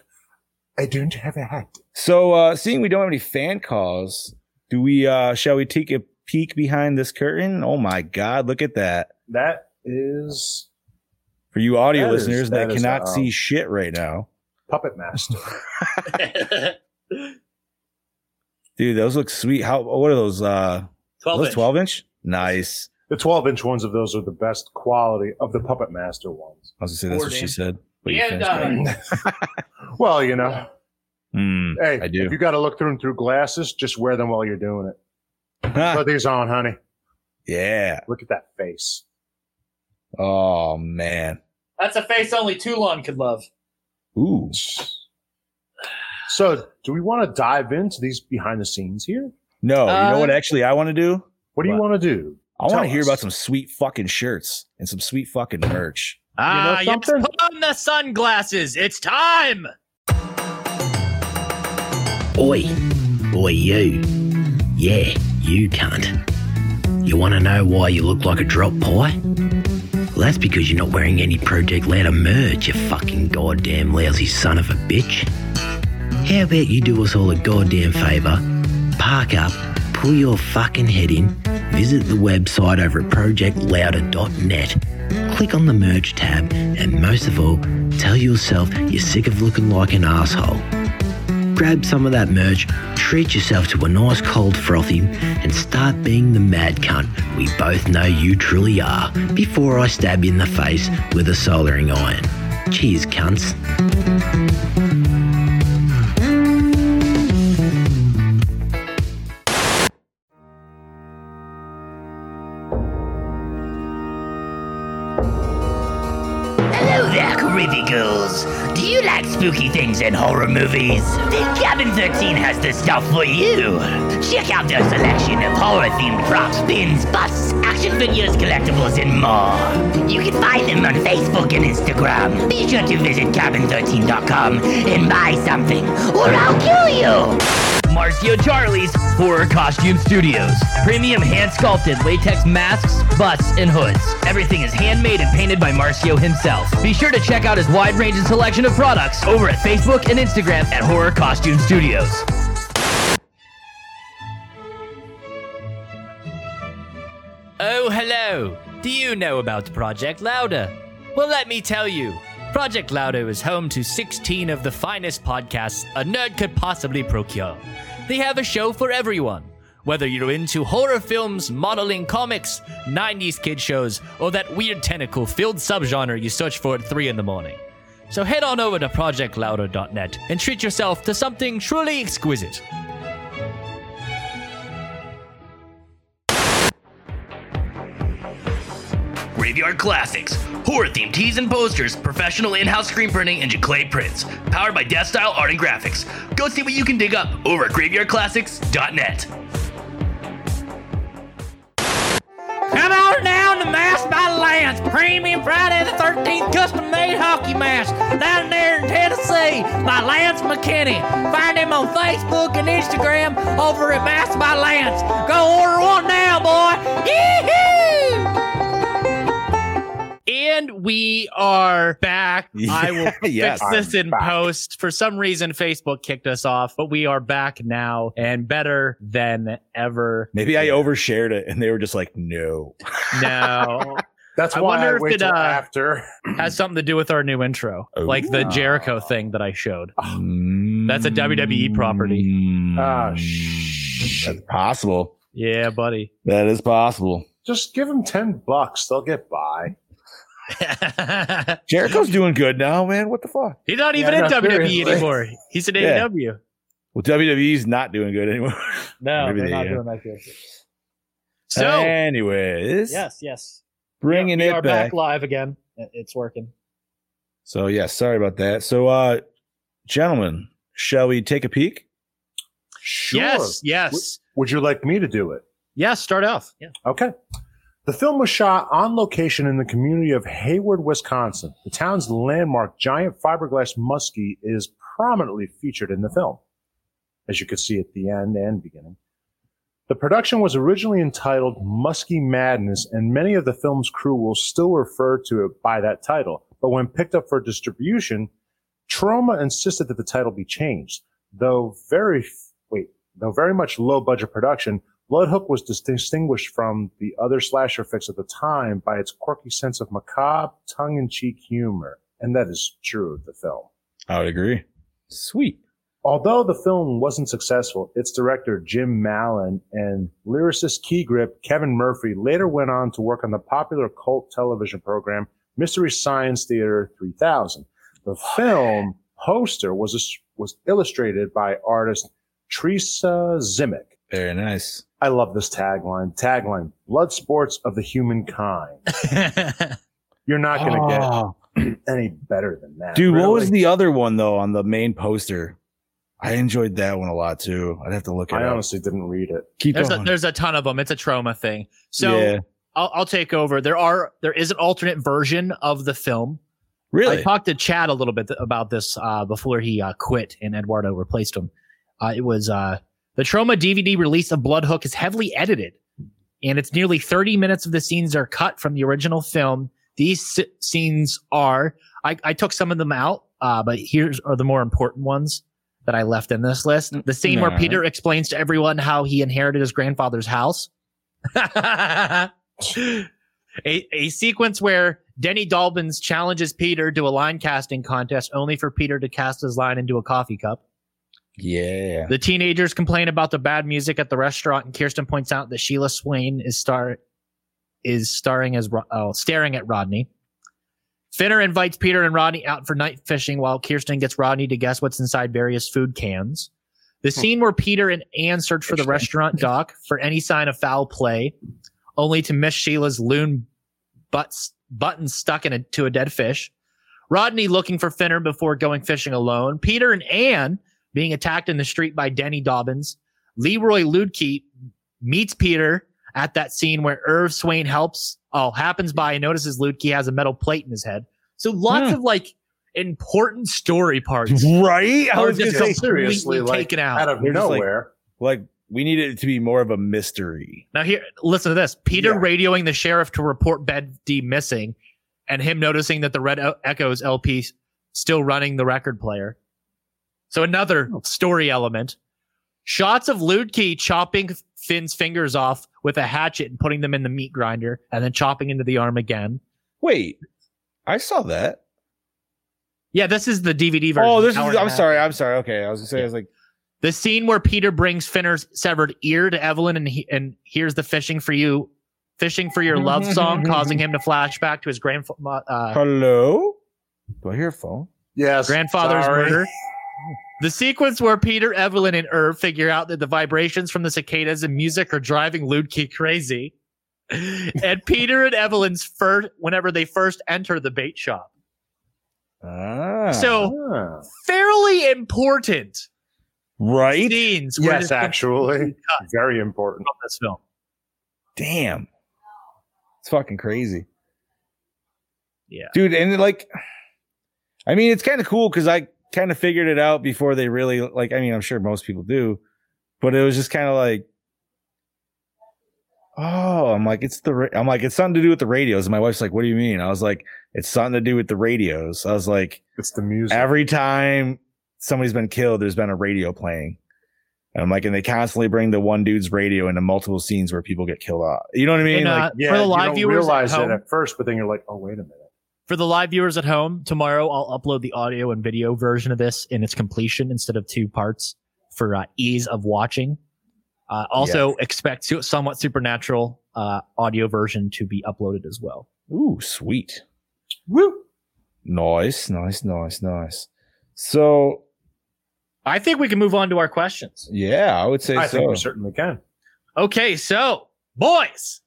[SPEAKER 4] I don't have a hat.
[SPEAKER 3] So uh seeing we don't have any fan calls, do we uh shall we take a peek behind this curtain? Oh my god, look at that.
[SPEAKER 4] That is
[SPEAKER 3] For you audio
[SPEAKER 4] That is-
[SPEAKER 3] listeners that,
[SPEAKER 4] that is,
[SPEAKER 3] cannot
[SPEAKER 4] uh,
[SPEAKER 3] see shit right now.
[SPEAKER 4] Puppet Master.
[SPEAKER 3] Dude, those look sweet. How what are those? Uh are
[SPEAKER 2] Twelve.
[SPEAKER 3] those
[SPEAKER 2] inch.
[SPEAKER 3] 12 inch? Nice.
[SPEAKER 4] the twelve inch ones of those are the best quality of the Puppet Master ones.
[SPEAKER 3] I was gonna say that's what she
[SPEAKER 2] Gordon.
[SPEAKER 3] said. but you
[SPEAKER 2] Yeah,
[SPEAKER 3] finished
[SPEAKER 2] done.
[SPEAKER 3] it.
[SPEAKER 4] Well, you know.
[SPEAKER 3] Hmm.
[SPEAKER 4] Hey,
[SPEAKER 3] I do.
[SPEAKER 4] if you gotta look through them through glasses, just wear them while you're doing it.
[SPEAKER 3] Huh.
[SPEAKER 4] Put these on, honey.
[SPEAKER 3] Hmm. yeah.
[SPEAKER 4] Look at that face.
[SPEAKER 3] Oh man.
[SPEAKER 2] That's a face only Toulon could love.
[SPEAKER 3] Ooh.
[SPEAKER 4] So do we want to dive into these behind the scenes here?
[SPEAKER 3] No, you know what
[SPEAKER 2] Uh,
[SPEAKER 3] actually I want to do?
[SPEAKER 4] What do you want to do?
[SPEAKER 3] I want
[SPEAKER 4] Tell
[SPEAKER 3] to hear
[SPEAKER 4] us.
[SPEAKER 3] about some sweet fucking shirts and some sweet fucking merch.
[SPEAKER 2] Ah, yes,
[SPEAKER 4] something?
[SPEAKER 2] put on the sunglasses. It's time.
[SPEAKER 1] Oi. Oi, you. Yeah, you cunt. You want to know why you look like a drop pie? Well, that's because you're not wearing any Project Ladder merch, you fucking goddamn lousy son of a bitch. How about you do us all a goddamn favour? Park up, pull your fucking head in, visit the website over at projectlouder.net, click on the merch tab, and most of all, tell yourself you're sick of looking like an asshole grab some of that merch, treat yourself to a nice cold frothy, and start being the mad cunt we both know you truly are before I stab you in the face with a soldering iron. Cheers, cunts.
[SPEAKER 8] Hello there, Creepicles! Do you like spooky things and horror movies? Then Cabin 13 has the stuff for you! Check out their selection of horror-themed props, pins, busts, action figures, collectibles, and more! You can find them on Facebook and Instagram. Be sure to visit cabin13.com and buy something, or I'll kill you! Marcio Charlie's Horror Costume Studios. Premium hand sculpted latex masks, busts, and hoods. Everything is handmade and painted by Marcio himself. Be sure to check out his wide range and selection of products over at Facebook and Instagram at Horror Costume Studios.
[SPEAKER 9] Oh, hello. Do you know about Project Louder? Well, let me tell you. Project Louder is home to 16 of the finest podcasts a nerd could possibly procure. They have a show for everyone. Whether you're into horror films, modeling comics, 90s kid shows, or that weird tentacle filled subgenre you search for at 3 in the morning. So head on over to projectlouder.net and treat yourself to something truly exquisite.
[SPEAKER 8] Graveyard Classics. Horror-themed tees and posters, professional in-house screen printing, and Jaclay prints. Powered by Death Style Art and Graphics. Go see what you can dig up over at graveyardclassics.net.
[SPEAKER 9] Come on down to Mass by Lance Premium Friday the 13th custom made hockey mask down there in Tennessee by Lance McKinney. Find him on Facebook and Instagram over at Mass by Lance. Go order one now, boy. Yee-hoo!
[SPEAKER 2] And we are back. I will
[SPEAKER 3] yes.
[SPEAKER 2] fix this
[SPEAKER 4] I'm
[SPEAKER 2] in
[SPEAKER 4] back.
[SPEAKER 2] post. For some reason, Facebook kicked us off, but we are back now and better than ever.
[SPEAKER 3] Maybe I overshared it and they were just like, no.
[SPEAKER 2] No,
[SPEAKER 4] That's
[SPEAKER 2] I
[SPEAKER 4] why
[SPEAKER 2] wonder
[SPEAKER 4] I
[SPEAKER 2] if
[SPEAKER 4] wait
[SPEAKER 2] it,
[SPEAKER 4] till
[SPEAKER 2] uh,
[SPEAKER 4] after.
[SPEAKER 2] has something to do with our new intro,
[SPEAKER 3] Oh.
[SPEAKER 2] like the Jericho thing that I showed.
[SPEAKER 3] That's
[SPEAKER 2] a WWE property.
[SPEAKER 4] Ah, shh.
[SPEAKER 3] Mm. That's possible.
[SPEAKER 2] Yeah, buddy.
[SPEAKER 3] That is possible.
[SPEAKER 4] Just give them ten bucks; they'll get by.
[SPEAKER 3] Jericho's doing good now, man. What the fuck?
[SPEAKER 2] He's not
[SPEAKER 4] Yeah,
[SPEAKER 2] even in
[SPEAKER 4] no,
[SPEAKER 2] WWE
[SPEAKER 4] seriously.
[SPEAKER 2] anymore. He's in E
[SPEAKER 3] Yeah.
[SPEAKER 2] AEW.
[SPEAKER 3] Well, WWE's not doing good anymore.
[SPEAKER 10] No,
[SPEAKER 3] Maybe uh,
[SPEAKER 10] they're
[SPEAKER 3] they,
[SPEAKER 10] not
[SPEAKER 3] yeah.
[SPEAKER 10] doing that good.
[SPEAKER 2] So
[SPEAKER 3] anyways,
[SPEAKER 10] Yes, yes.
[SPEAKER 3] bringing
[SPEAKER 10] we
[SPEAKER 3] it
[SPEAKER 10] are
[SPEAKER 3] back.
[SPEAKER 10] back live again. It- It's working.
[SPEAKER 3] So yeah, sorry about that. So, uh, gentlemen, shall we take a peek?
[SPEAKER 4] Sure.
[SPEAKER 2] yes, yes,
[SPEAKER 4] Would you like me to do it?
[SPEAKER 2] yes. Start off. Yeah.
[SPEAKER 4] Okay. The film was shot on location in the community of Hayward, Wisconsin. The town's landmark giant fiberglass muskie is prominently featured in the film, as you could see at the end and beginning. The production was originally entitled Muskie Madness, and many of the film's crew will still refer to it by that title. But when picked up for distribution, Trauma insisted that the title be changed. Though very, wait, though very much low budget production, Bloodhook was dis- distinguished from the other slasher flicks of the time by its quirky sense of macabre, tongue-in-cheek humor, and that is true of the film.
[SPEAKER 3] I would agree. Sweet.
[SPEAKER 4] Although the film wasn't successful, its director Jim Mallon and lyricist Key Grip Kevin Murphy later went on to work on the popular cult television program Mystery Science Theater 3000. The film poster was was illustrated by artist Teresa Zimick.
[SPEAKER 3] Very nice.
[SPEAKER 4] I love this tagline. Tagline: Blood sports of the human kind. You're not going to get any better than that,
[SPEAKER 3] Oh. Dude, what was
[SPEAKER 4] really.
[SPEAKER 3] the other one though on the main poster? I enjoyed that one a lot too. I'd have to look at
[SPEAKER 4] I
[SPEAKER 3] it. up.
[SPEAKER 4] honestly didn't read it.
[SPEAKER 3] Keep
[SPEAKER 2] There's a,
[SPEAKER 3] going.
[SPEAKER 2] there's a ton of them. It's a trauma thing. So
[SPEAKER 3] yeah.
[SPEAKER 2] I'll, I'll take over. There are there is an alternate version of the film. I
[SPEAKER 3] really,
[SPEAKER 2] talked to Chad a little bit th- about this uh, before he uh, quit and Eduardo replaced him. Uh, it was uh, the Trauma DVD release of Bloodhook is heavily edited, and it's nearly 30 minutes of the scenes are cut from the original film. These s- scenes are I, I took some of them out, uh, but here's are the more important ones that I left in this list. The scene where
[SPEAKER 3] Alright.
[SPEAKER 2] Peter explains to everyone how he inherited his grandfather's house. a, a sequence where Denny Dolbins challenges Peter to a line casting contest only for Peter to cast his line into a coffee cup.
[SPEAKER 3] yeah.
[SPEAKER 2] The teenagers complain about the bad music at the restaurant, and Kirsten points out that Sheila Swain is star is starring as Ro- oh, staring at Rodney. Finner invites Peter and Rodney out for night fishing while Kirsten gets Rodney to guess what's inside various food cans. The scene where Peter and Anne search for the restaurant dock for any sign of foul play, only to miss Sheila's loon butts, button stuck in a, to a dead fish. Rodney looking for Finner before going fishing alone. Peter and Anne being attacked in the street by Denny Dobbins. Leroy Ludke meets Peter at that scene where Irv Swain helps. Oh, happens by and notices Ludke has a metal plate in his head. So lots
[SPEAKER 3] Hmm.
[SPEAKER 2] of like important story parts
[SPEAKER 3] Right? I
[SPEAKER 2] are
[SPEAKER 3] was gonna
[SPEAKER 2] just completely
[SPEAKER 3] say,
[SPEAKER 4] seriously, like,
[SPEAKER 2] taken out.
[SPEAKER 4] Out of
[SPEAKER 3] They're just like-
[SPEAKER 4] nowhere,
[SPEAKER 3] like, we need it to be more of a mystery.
[SPEAKER 2] Now here, listen to this. Peter
[SPEAKER 4] Yeah.
[SPEAKER 2] radioing the sheriff to report Bed D missing, and him noticing that the Red O- Echoes LP s- still running the record player. So another
[SPEAKER 3] Oh.
[SPEAKER 2] story element. Shots of Ludke chopping Finn's fingers off with a hatchet and putting them in the meat grinder, and then chopping into the arm again.
[SPEAKER 3] Wait, I saw that.
[SPEAKER 2] Yeah, this is the DVD version.
[SPEAKER 3] Oh, this is.
[SPEAKER 2] hour and a
[SPEAKER 3] I'm
[SPEAKER 2] half.
[SPEAKER 3] sorry. I'm sorry. Okay, I was gonna say. I was like,
[SPEAKER 2] The scene where Peter brings Finner's severed ear to Evelyn and he, and hears the fishing for you, fishing for your love song, causing him to flashback to his grandfa- mo- uh,
[SPEAKER 3] hello. Do I hear a phone?
[SPEAKER 4] yes,
[SPEAKER 2] grandfather's
[SPEAKER 4] sorry.
[SPEAKER 2] murder. The sequence where Peter, Evelyn, and Irv figure out that the vibrations from the cicadas and music are driving Ludke crazy, and Peter and Evelyn's first whenever they first enter the bait shop.
[SPEAKER 3] Ah,
[SPEAKER 2] So
[SPEAKER 4] Ah.
[SPEAKER 2] fairly important
[SPEAKER 3] right.
[SPEAKER 2] scenes. where
[SPEAKER 4] Yes,
[SPEAKER 2] this comes
[SPEAKER 4] actually, very important.
[SPEAKER 2] from this film.
[SPEAKER 3] Damn, it's fucking crazy.
[SPEAKER 2] Yeah.
[SPEAKER 3] dude, and it, like, I mean, it's kind of cool because I kind of figured it out before they really like. I mean, I'm sure most people do, but it was just kind of like. Oh, I'm like it's the ra- I'm like it's something to do with the radios. And my wife's like, "What do you mean?" I was like, "It's something to do with the radios." I was like,
[SPEAKER 4] It's the music.
[SPEAKER 3] every time somebody's been killed, there's been a radio playing. And I'm like, and they constantly bring the one dude's radio into multiple scenes where people get killed off. You know what I mean?
[SPEAKER 2] And,
[SPEAKER 3] like,
[SPEAKER 2] uh, for the live
[SPEAKER 4] you don't
[SPEAKER 2] viewers at
[SPEAKER 4] realize
[SPEAKER 2] home-
[SPEAKER 4] that at first, but then you're like, oh, wait a minute.
[SPEAKER 2] for the live viewers at home, tomorrow I'll upload the audio and video version of this in its completion instead of two parts for uh, ease of watching. Uh, also, expect su- somewhat supernatural uh, audio version to be uploaded as well.
[SPEAKER 3] ooh, sweet. Woo. Nice, nice, nice, nice. So
[SPEAKER 2] I think we can move on to our questions.
[SPEAKER 3] Yeah, I would say
[SPEAKER 4] I
[SPEAKER 3] so.
[SPEAKER 4] think we certainly can.
[SPEAKER 2] Okay, so boys,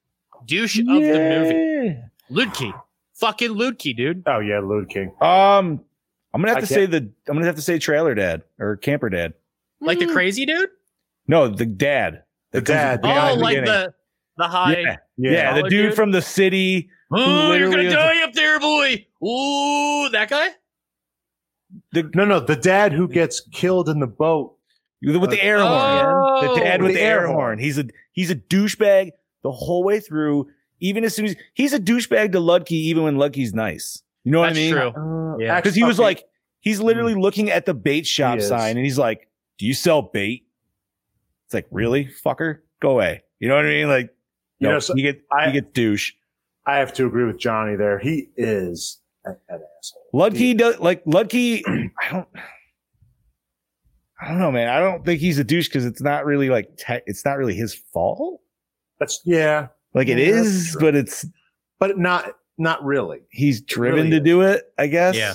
[SPEAKER 2] douche of the movie, Ludke, fucking Ludke, dude.
[SPEAKER 4] Oh yeah, Lude King.
[SPEAKER 3] Um, I'm gonna have
[SPEAKER 4] I
[SPEAKER 3] to
[SPEAKER 4] can't-
[SPEAKER 3] say the I'm gonna have to say trailer dad or camper dad.
[SPEAKER 2] Like the crazy dude.
[SPEAKER 3] No, the dad.
[SPEAKER 4] The dad.
[SPEAKER 3] Yeah,
[SPEAKER 2] oh,
[SPEAKER 3] in the
[SPEAKER 2] like
[SPEAKER 3] beginning.
[SPEAKER 2] the the high.
[SPEAKER 3] yeah,
[SPEAKER 4] Yeah.
[SPEAKER 3] yeah, the
[SPEAKER 2] Taller
[SPEAKER 3] dude
[SPEAKER 2] dude?
[SPEAKER 3] from the city. who
[SPEAKER 2] Oh, you're gonna
[SPEAKER 3] literally is-
[SPEAKER 2] die up there, boy. Ooh, that guy.
[SPEAKER 4] No, no, the dad who gets killed in the boat.
[SPEAKER 3] with the air
[SPEAKER 2] Oh.
[SPEAKER 3] horn. The dad with
[SPEAKER 4] With
[SPEAKER 3] the,
[SPEAKER 4] the
[SPEAKER 3] air,
[SPEAKER 4] air
[SPEAKER 3] horn. He's a he's a douchebag the whole way through. Even as soon as he's a douchebag to Ludke, even when Ludke's nice. You know what
[SPEAKER 2] That's
[SPEAKER 3] I mean?
[SPEAKER 2] true. Yeah.
[SPEAKER 3] Because he was
[SPEAKER 4] Uh, Okay.
[SPEAKER 3] like, he's literally looking at the bait shop
[SPEAKER 4] Mm. is.
[SPEAKER 3] sign and he's like, Do you sell bait? It's like, Really? Fucker? Go away. You know what I mean? Like,
[SPEAKER 4] You
[SPEAKER 3] no,
[SPEAKER 4] know, so
[SPEAKER 3] he, get,
[SPEAKER 4] I-
[SPEAKER 3] he gets douche.
[SPEAKER 4] I have to agree with Johnny there. He is an, an asshole.
[SPEAKER 3] Ludke does like Ludke. I don't. I don't know, man. I don't think he's a douche because it's not really like te- it's not really his fault.
[SPEAKER 4] That's yeah,
[SPEAKER 3] Like it
[SPEAKER 4] Yeah, that's
[SPEAKER 3] is,
[SPEAKER 4] true.
[SPEAKER 3] but it's
[SPEAKER 4] but not not really.
[SPEAKER 3] he's driven
[SPEAKER 4] really
[SPEAKER 3] to
[SPEAKER 4] is.
[SPEAKER 3] do it. I guess.
[SPEAKER 2] Yeah.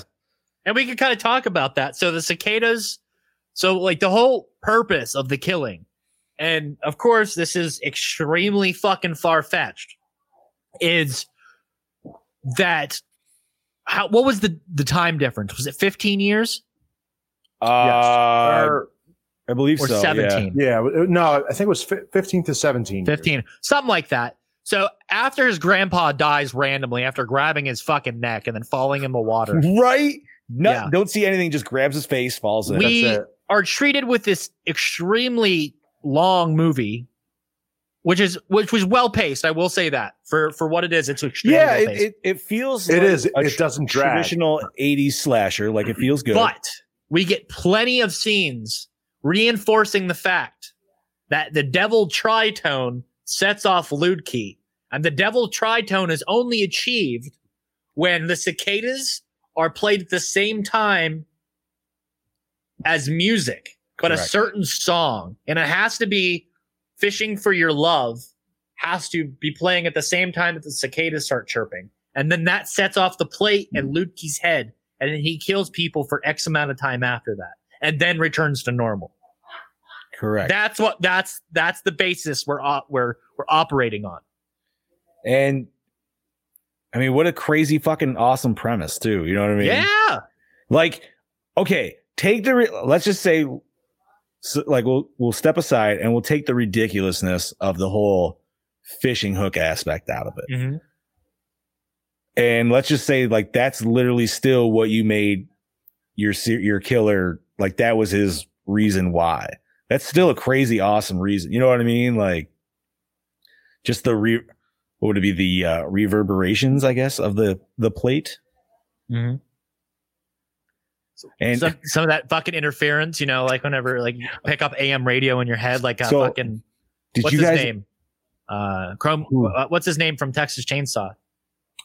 [SPEAKER 2] and we can kind of talk about that. So the cicadas, so like the whole purpose of the killing, and of course this is extremely fucking far fetched, is that how? What was the the time difference? Was it fifteen years
[SPEAKER 3] Uh,
[SPEAKER 4] Or-
[SPEAKER 3] I believe
[SPEAKER 2] or
[SPEAKER 3] so. Yeah.
[SPEAKER 2] seventeen?
[SPEAKER 4] yeah, it- no, I think it was fi- fifteen to seventeen. years.
[SPEAKER 2] 15 something like that so after his grandpa dies randomly after grabbing his fucking neck and then falling in the water
[SPEAKER 3] Right. No,
[SPEAKER 2] Yeah.
[SPEAKER 3] Don't see anything. Just grabs his face, falls in.
[SPEAKER 4] That's
[SPEAKER 2] We-
[SPEAKER 4] it.
[SPEAKER 2] are treated with this extremely long movie which is which was well paced i will say that for for what it is it's extremely
[SPEAKER 3] yeah,
[SPEAKER 2] well
[SPEAKER 3] it,
[SPEAKER 2] paced
[SPEAKER 3] it, it feels.
[SPEAKER 4] It
[SPEAKER 3] like
[SPEAKER 4] is.
[SPEAKER 3] a
[SPEAKER 4] It
[SPEAKER 3] tr-
[SPEAKER 4] doesn't drag.
[SPEAKER 3] traditional '80s slasher. Like it feels good.
[SPEAKER 2] but we get plenty of scenes reinforcing the fact that the devil tritone sets off Ludke, and the devil tritone is only achieved when the cicadas are played at the same time as music, but a
[SPEAKER 3] Correct.
[SPEAKER 2] certain song, and it has to be "Fishing for Your Love" has to be playing at the same time that the cicadas start chirping, and then that sets off the plate
[SPEAKER 3] Hmm.
[SPEAKER 2] and Ludke's head and then he kills people for X amount of time after that, and then returns to normal.
[SPEAKER 3] correct.
[SPEAKER 2] That's what that's that's the basis we're op- we're we're operating on.
[SPEAKER 3] And I mean, what a crazy fucking awesome premise, too. You know what I mean?
[SPEAKER 2] yeah,
[SPEAKER 3] Like, okay, take the re- let's just say, so, like, we'll we'll step aside and we'll take the ridiculousness of the whole fishing hook aspect out of it,
[SPEAKER 2] Mhm.
[SPEAKER 3] and let's just say, like, that's literally still what you made your se- your killer. Like, that was his reason why. That's still a crazy awesome reason. You know what I mean? Like, just the re. What would it be? The uh, reverberations, I guess, of the the plate.
[SPEAKER 2] Mhm.
[SPEAKER 3] And
[SPEAKER 2] some, some of that fucking interference, you know, like whenever like you pick up AM radio in your head, like a
[SPEAKER 3] So,
[SPEAKER 2] fucking
[SPEAKER 3] did
[SPEAKER 2] what's
[SPEAKER 3] you
[SPEAKER 2] his
[SPEAKER 3] guys?
[SPEAKER 2] name? Uh, Chrome.
[SPEAKER 3] Who?
[SPEAKER 2] Uh, what's his name from Texas Chainsaw?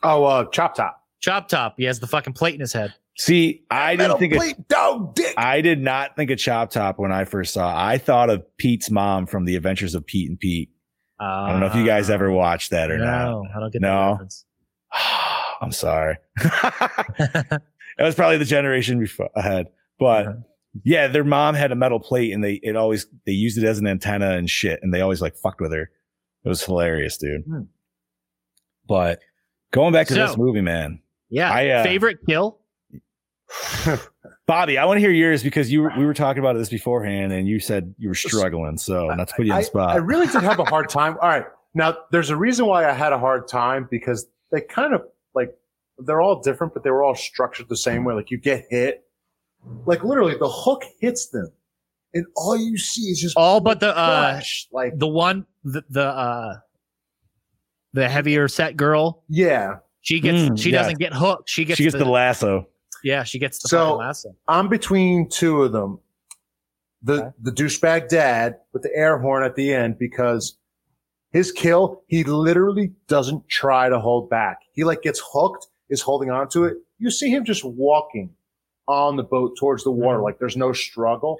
[SPEAKER 4] Oh, uh, chop top.
[SPEAKER 2] Chop Top. He has the fucking plate in his head.
[SPEAKER 3] See, I didn't think of,
[SPEAKER 4] Complete dog dick.
[SPEAKER 3] I did not think of Chop Top when I first saw. it. I thought of Pete's mom from The Adventures of Pete and Pete.
[SPEAKER 2] Uh,
[SPEAKER 3] I don't know if you guys ever watched that or not.
[SPEAKER 2] No, I don't get that
[SPEAKER 3] No.
[SPEAKER 2] reference.
[SPEAKER 3] I'm sorry. that was probably the generation before ahead, but
[SPEAKER 2] Mhm.
[SPEAKER 3] yeah, their mom had a metal plate and they it always they used it as an antenna and shit, and they always like fucked with her. It was hilarious, dude.
[SPEAKER 2] Hmm.
[SPEAKER 3] But going back to
[SPEAKER 2] So-
[SPEAKER 3] this movie, man,
[SPEAKER 2] Yeah,
[SPEAKER 3] I, uh,
[SPEAKER 2] favorite kill.
[SPEAKER 3] Bobby, I want to hear yours because you were- we were talking about this beforehand, and you said you were struggling. So not to put you on the
[SPEAKER 4] I
[SPEAKER 3] spot.
[SPEAKER 4] really did have a hard time. All right. Now, there's a reason why I had a hard time because they kind of like, they're all different, but they were all structured the same way. Like, you get hit, like, literally, the hook hits them, and all you see is just
[SPEAKER 2] All but the uh,
[SPEAKER 4] flesh. like,
[SPEAKER 2] the one the, the uh the heavier set girl
[SPEAKER 4] yeah.
[SPEAKER 2] she gets
[SPEAKER 3] Mm,
[SPEAKER 2] she
[SPEAKER 3] yeah.
[SPEAKER 2] doesn't get hooked she gets,
[SPEAKER 3] she gets the, lasso.
[SPEAKER 2] yeah she gets the
[SPEAKER 4] So-
[SPEAKER 2] fucking lasso
[SPEAKER 4] I'm between two of them. The the douchebag dad with the air horn at the end because his kill, he literally doesn't try to hold back. He like gets hooked, is holding on to it. You see him just walking on the boat towards the water,
[SPEAKER 3] Mm-hmm.
[SPEAKER 4] like there's no struggle.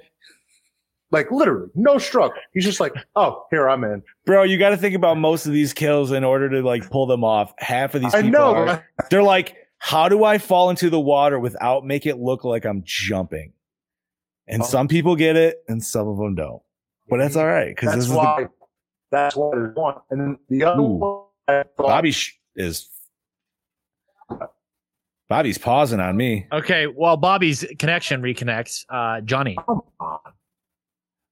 [SPEAKER 4] Like literally, no struggle. He's just like, oh, here I'm in.
[SPEAKER 3] Bro, you got to think about most of these kills in order to like pull them off. Half of these,
[SPEAKER 4] I
[SPEAKER 3] people
[SPEAKER 4] know.
[SPEAKER 3] are-
[SPEAKER 4] but-
[SPEAKER 3] they're like, how do I fall into the water without make it look like I'm jumping? And
[SPEAKER 4] Oh.
[SPEAKER 3] some people get it and some of them don't. But that's all right because
[SPEAKER 4] Mm-hmm. That's
[SPEAKER 3] this is
[SPEAKER 4] why.
[SPEAKER 3] the
[SPEAKER 4] that's why there's one, and then the other
[SPEAKER 3] Ooh.
[SPEAKER 4] one. I thought-
[SPEAKER 3] Bobby sh- is Bobby's pausing on me.
[SPEAKER 2] Okay, while Bobby's connection reconnects, uh, Johnny.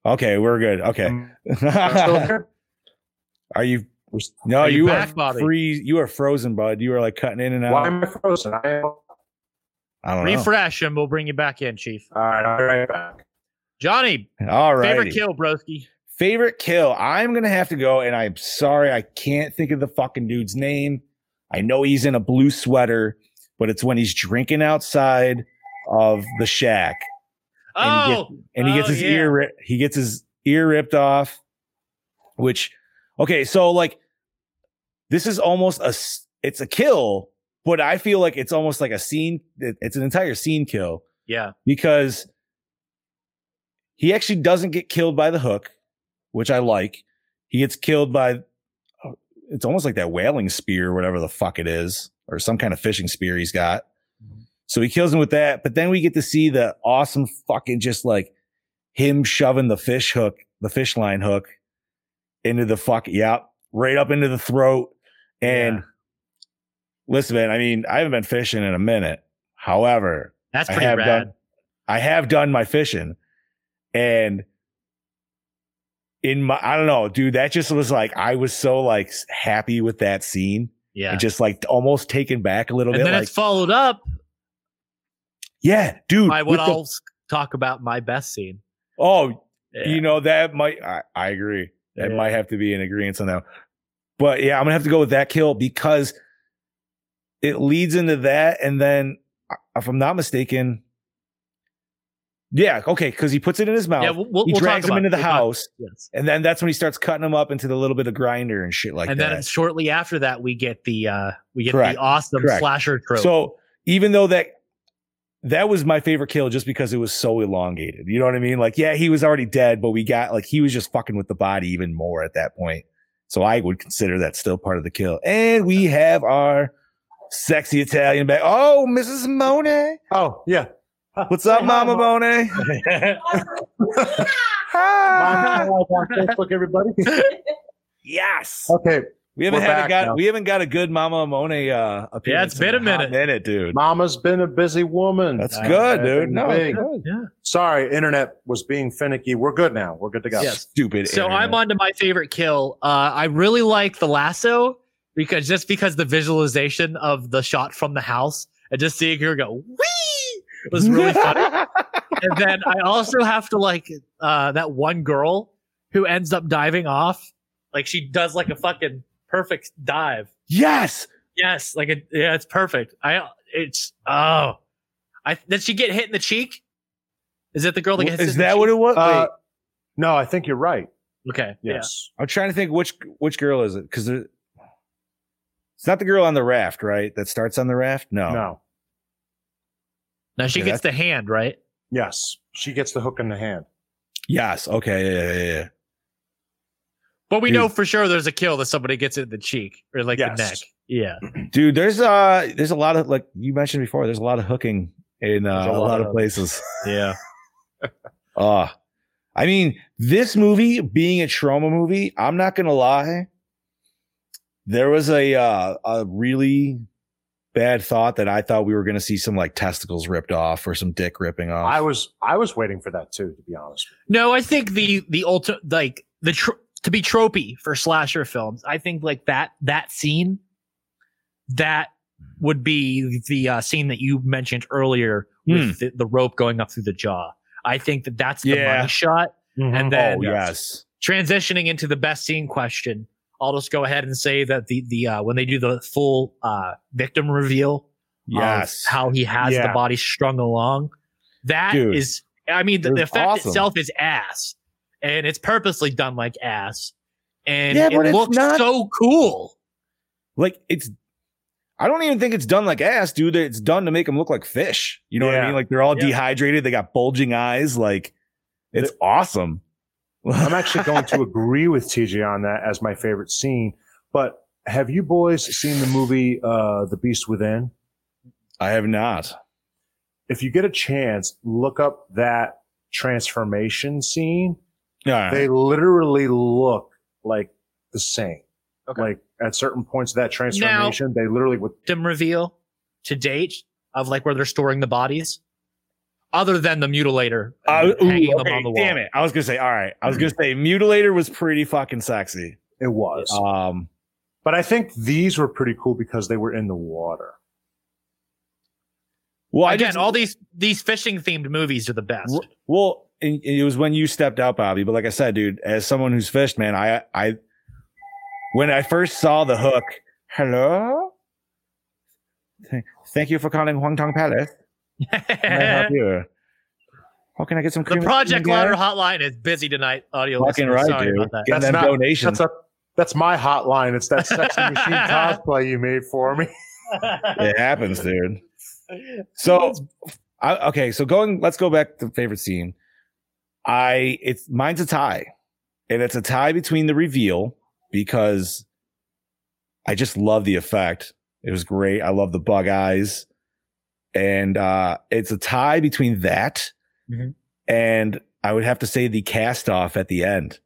[SPEAKER 3] Okay, we're good. Okay.
[SPEAKER 4] "Hmm, still here?
[SPEAKER 3] are you No,
[SPEAKER 2] Are you
[SPEAKER 3] you,
[SPEAKER 2] back,
[SPEAKER 3] are
[SPEAKER 2] Bobby?
[SPEAKER 3] free you are frozen, bud. You are like cutting in and out.
[SPEAKER 4] Why am I frozen? I am. All
[SPEAKER 3] I don't know.
[SPEAKER 2] Refresh and we'll bring you back in, Chief.
[SPEAKER 4] right, I'll be right back.
[SPEAKER 2] Johnny,
[SPEAKER 3] All right.
[SPEAKER 2] favorite kill, broski.
[SPEAKER 3] Favorite kill. I'm gonna have to go, and I'm sorry, I can't think of the fucking dude's name. I know he's in a blue sweater, but it's when he's drinking outside of the shack, and he
[SPEAKER 2] Oh,
[SPEAKER 3] gets, and he gets
[SPEAKER 2] oh,
[SPEAKER 3] his
[SPEAKER 2] yeah.
[SPEAKER 3] ear ri- he gets his ear ripped off. Which, okay, so like, this is almost a s- it's a kill, but I feel like it's almost like a scene. it- It's an entire scene kill
[SPEAKER 2] Yeah.
[SPEAKER 3] because he actually doesn't get killed by the hook, which I like. He gets killed by oh, it's almost like that whaling spear, or whatever the fuck it is, or some kind of fishing spear he's got. So he kills him with that. But then we get to see the awesome fucking just like him shoving the fish hook, the fish line hook into the fuck, yep, right up into the throat. And listen, man, I mean, I haven't been fishing in a minute. However,
[SPEAKER 2] That's
[SPEAKER 3] I
[SPEAKER 2] pretty
[SPEAKER 3] have
[SPEAKER 2] rad.
[SPEAKER 3] done I have done my fishing and in my I don't know, dude, that just was like I was so like happy with that scene.
[SPEAKER 2] Yeah.
[SPEAKER 3] And just like almost taken back a little
[SPEAKER 2] and
[SPEAKER 3] bit.
[SPEAKER 2] then
[SPEAKER 3] like,
[SPEAKER 2] it's followed up
[SPEAKER 3] yeah, dude.
[SPEAKER 2] by what
[SPEAKER 3] with the-
[SPEAKER 2] I'll s- talk about my best scene.
[SPEAKER 3] oh,
[SPEAKER 2] Yeah.
[SPEAKER 3] you know, that might I, I agree. That
[SPEAKER 2] Yeah.
[SPEAKER 3] might have to be an agreement on that. one. But yeah, I'm gonna have to go with that kill because it leads into that, and then uh, if I'm not mistaken. Yeah, okay, because he puts it in his mouth.
[SPEAKER 2] yeah, we'll, we'll,
[SPEAKER 3] he
[SPEAKER 2] we'll
[SPEAKER 3] drags
[SPEAKER 2] talk about
[SPEAKER 3] him into
[SPEAKER 2] it.
[SPEAKER 3] the
[SPEAKER 2] We'll talk-
[SPEAKER 3] house,
[SPEAKER 2] yes.
[SPEAKER 3] and then that's when he starts cutting him up into the little bit of grinder and shit like
[SPEAKER 2] and
[SPEAKER 3] that.
[SPEAKER 2] then shortly after that, we get the uh we get
[SPEAKER 3] Correct.
[SPEAKER 2] the awesome
[SPEAKER 3] Correct.
[SPEAKER 2] slasher trope.
[SPEAKER 3] So even though that that was my favorite kill just because it was so elongated. You know what I mean? Like, yeah, he was already dead, but we got like he was just fucking with the body even more at that point. So I would consider that still part of the kill. And we have our sexy Italian back. Oh, Mrs. Monet.
[SPEAKER 4] Oh yeah.
[SPEAKER 3] What's up, Mama Monet?
[SPEAKER 4] Bye.
[SPEAKER 3] Hi.
[SPEAKER 4] on Facebook, everybody.
[SPEAKER 3] Yes.
[SPEAKER 4] Okay,
[SPEAKER 3] We haven't
[SPEAKER 4] We're
[SPEAKER 3] had a
[SPEAKER 4] back
[SPEAKER 3] got
[SPEAKER 4] now.
[SPEAKER 3] we haven't got a good Mama Monet uh appearance.
[SPEAKER 2] been
[SPEAKER 3] in
[SPEAKER 2] a
[SPEAKER 3] hot
[SPEAKER 2] minute.
[SPEAKER 3] minute, dude.
[SPEAKER 4] Mama's been a busy woman.
[SPEAKER 3] That's
[SPEAKER 4] Uh,
[SPEAKER 3] good, dude.
[SPEAKER 4] been
[SPEAKER 3] No,
[SPEAKER 4] big.
[SPEAKER 3] good.
[SPEAKER 2] Oh, yeah.
[SPEAKER 4] Sorry, internet was being finicky. We're good now. We're good to go.
[SPEAKER 2] Yes.
[SPEAKER 3] stupid.
[SPEAKER 2] So
[SPEAKER 3] internet.
[SPEAKER 2] I'm on to my favorite kill. Uh, I really like the lasso because just because the visualization of the shot from the house and just seeing her go wee was really funny. and then I also have to like uh, that one girl who ends up diving off. Like she does like a fucking perfect dive.
[SPEAKER 3] yes.
[SPEAKER 2] Yes, like it, yeah, it's perfect. I it's oh, I did she get hit in the cheek? Is it the girl that gets hit
[SPEAKER 3] Is
[SPEAKER 2] in the
[SPEAKER 3] that what it was?
[SPEAKER 4] Uh,
[SPEAKER 3] Wait,
[SPEAKER 4] No, I think you're right.
[SPEAKER 2] cheek? Okay, yeah.
[SPEAKER 4] Yes.
[SPEAKER 3] I'm trying to think which which girl is it? Because it's not the girl on the raft, right? That starts on the raft. No.
[SPEAKER 4] No.
[SPEAKER 2] Now she
[SPEAKER 3] Yeah,
[SPEAKER 2] gets the hand right.
[SPEAKER 4] Yes. She gets the hook in the hand.
[SPEAKER 3] Yes. Okay. Yeah. Yeah. yeah.
[SPEAKER 2] But we
[SPEAKER 3] Dude.
[SPEAKER 2] know for sure there's a kill that somebody gets it in the cheek or like
[SPEAKER 4] Yes.
[SPEAKER 2] the neck. Yeah.
[SPEAKER 3] yeah. Dude, there's uh, there's a lot of like you mentioned before. There's a lot of hooking in uh,
[SPEAKER 2] There's
[SPEAKER 3] a, lot, of, places.
[SPEAKER 2] Yeah.
[SPEAKER 3] Ah, I mean, this movie being a trauma movie, I'm not gonna lie. There was a uh, a really bad thought that I thought we were gonna see some like testicles ripped off or some dick ripping off.
[SPEAKER 4] I was I was waiting for that too, to be honest.
[SPEAKER 2] No, I think the the ulti like the tr- to be tropey for slasher films. I think like that that scene that would be the uh, scene that you mentioned earlier with
[SPEAKER 3] Hmm.
[SPEAKER 2] the, the rope going up through the jaw. I think that that's the
[SPEAKER 3] Yeah.
[SPEAKER 2] money shot, and then
[SPEAKER 3] oh yes.
[SPEAKER 2] transitioning into the best scene question, I'll just go ahead and say that the the uh, when they do the full uh, victim reveal, of
[SPEAKER 4] Um,
[SPEAKER 3] Yes.
[SPEAKER 2] how he has the
[SPEAKER 4] Yeah.
[SPEAKER 2] body strung along, that is.
[SPEAKER 3] Dude.
[SPEAKER 2] I mean, the, the
[SPEAKER 3] It's
[SPEAKER 2] effect
[SPEAKER 3] awesome.
[SPEAKER 2] itself is ass, and it's purposely done like ass, and
[SPEAKER 3] Yeah, but
[SPEAKER 2] it
[SPEAKER 3] it's
[SPEAKER 2] looks
[SPEAKER 3] not-
[SPEAKER 2] so cool.
[SPEAKER 3] like it's I don't even think it's done like ass, dude. It's done to make them look like fish. You know what I
[SPEAKER 4] Yeah.
[SPEAKER 3] mean? Like they're all
[SPEAKER 2] Yeah.
[SPEAKER 3] dehydrated, they got bulging eyes, like it's awesome.
[SPEAKER 4] I'm actually going to agree with TJ on that as my favorite scene. But have you boys seen the movie uh The Beast Within?
[SPEAKER 3] I have not.
[SPEAKER 4] If you get a chance, look up that transformation scene,
[SPEAKER 3] Yeah.
[SPEAKER 4] they literally look like the same.
[SPEAKER 2] Okay.
[SPEAKER 4] Like at certain points of that transformation, they literally would.
[SPEAKER 2] Them reveal to date of like where they're storing the bodies, other than the mutilator
[SPEAKER 3] I-
[SPEAKER 2] uh,
[SPEAKER 3] ooh,
[SPEAKER 2] hanging
[SPEAKER 3] okay,
[SPEAKER 2] them on the wall. Mm-hmm.
[SPEAKER 3] Damn it. I was gonna say, all right. I was gonna say mutilator was pretty fucking sexy.
[SPEAKER 4] It was.
[SPEAKER 3] Um
[SPEAKER 4] But I think these were pretty cool because they were in the water.
[SPEAKER 3] well I
[SPEAKER 2] Again,
[SPEAKER 3] just,
[SPEAKER 2] all these these fishing themed movies are the best.
[SPEAKER 3] w- well and- and it was when you stepped out, Bobby, but like I said, dude, as someone who's fished, man, I I when I first saw the hook, hello? Th- Thank you for calling Huang Tong Palace. How may I help
[SPEAKER 2] the
[SPEAKER 3] you? How can I get some cream?
[SPEAKER 2] Project
[SPEAKER 3] again?
[SPEAKER 2] Ladder hotline is busy tonight. Audio,
[SPEAKER 3] Fucking
[SPEAKER 2] listeners.
[SPEAKER 3] right,
[SPEAKER 2] Sorry
[SPEAKER 3] dude.
[SPEAKER 2] about that.
[SPEAKER 3] Getting them donations.
[SPEAKER 4] That's, a, that's my hotline. It's that sexy machine cosplay you made for me.
[SPEAKER 3] it happens, dude. So, I, okay, so going, let's go back to favorite scene. I it's mine's a tie, and it's a tie between the reveal because I just love the effect. It was great. I love the bug eyes, and uh it's a tie between that
[SPEAKER 2] Mhm.
[SPEAKER 3] and I would have to say the cast off at the end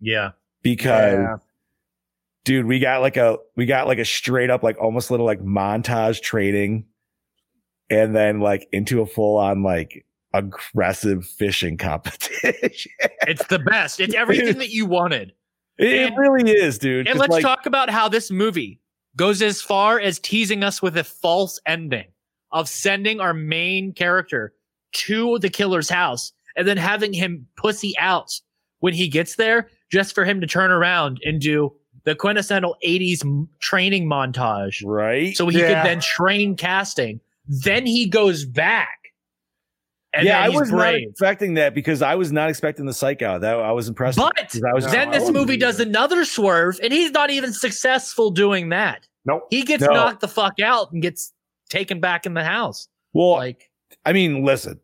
[SPEAKER 2] Yeah.
[SPEAKER 3] because dude we got like a we got like a straight up like almost little like montage trading and then like into a full on like aggressive fishing competition
[SPEAKER 2] It's the best. It's everything that you wanted.
[SPEAKER 3] it, it
[SPEAKER 2] And-
[SPEAKER 3] really is dude
[SPEAKER 2] And
[SPEAKER 3] 'Cause,
[SPEAKER 2] let's
[SPEAKER 3] like,
[SPEAKER 2] talk about how this movie goes as far as teasing us with a false ending of sending our main character to the killer's house and then having him pussy out when he gets there just for him to turn around and do the quintessential 80s m- training montage
[SPEAKER 3] right
[SPEAKER 2] so he
[SPEAKER 4] Yeah.
[SPEAKER 2] could then train casting then he goes back and
[SPEAKER 3] yeah
[SPEAKER 2] then
[SPEAKER 3] i
[SPEAKER 2] he's
[SPEAKER 3] was not
[SPEAKER 2] brave
[SPEAKER 3] expecting that because i was not expecting the psych out that i was impressed
[SPEAKER 2] But
[SPEAKER 3] 'Cause I was
[SPEAKER 4] No,
[SPEAKER 2] then
[SPEAKER 4] I
[SPEAKER 2] this
[SPEAKER 4] wouldn't
[SPEAKER 2] movie
[SPEAKER 4] do
[SPEAKER 2] does
[SPEAKER 4] that.
[SPEAKER 2] another swerve and he's not even successful doing that
[SPEAKER 4] Nope.
[SPEAKER 2] He gets
[SPEAKER 3] No.
[SPEAKER 2] knocked the fuck out and gets taken back in the house.
[SPEAKER 3] well
[SPEAKER 2] Like,
[SPEAKER 3] I mean, listen,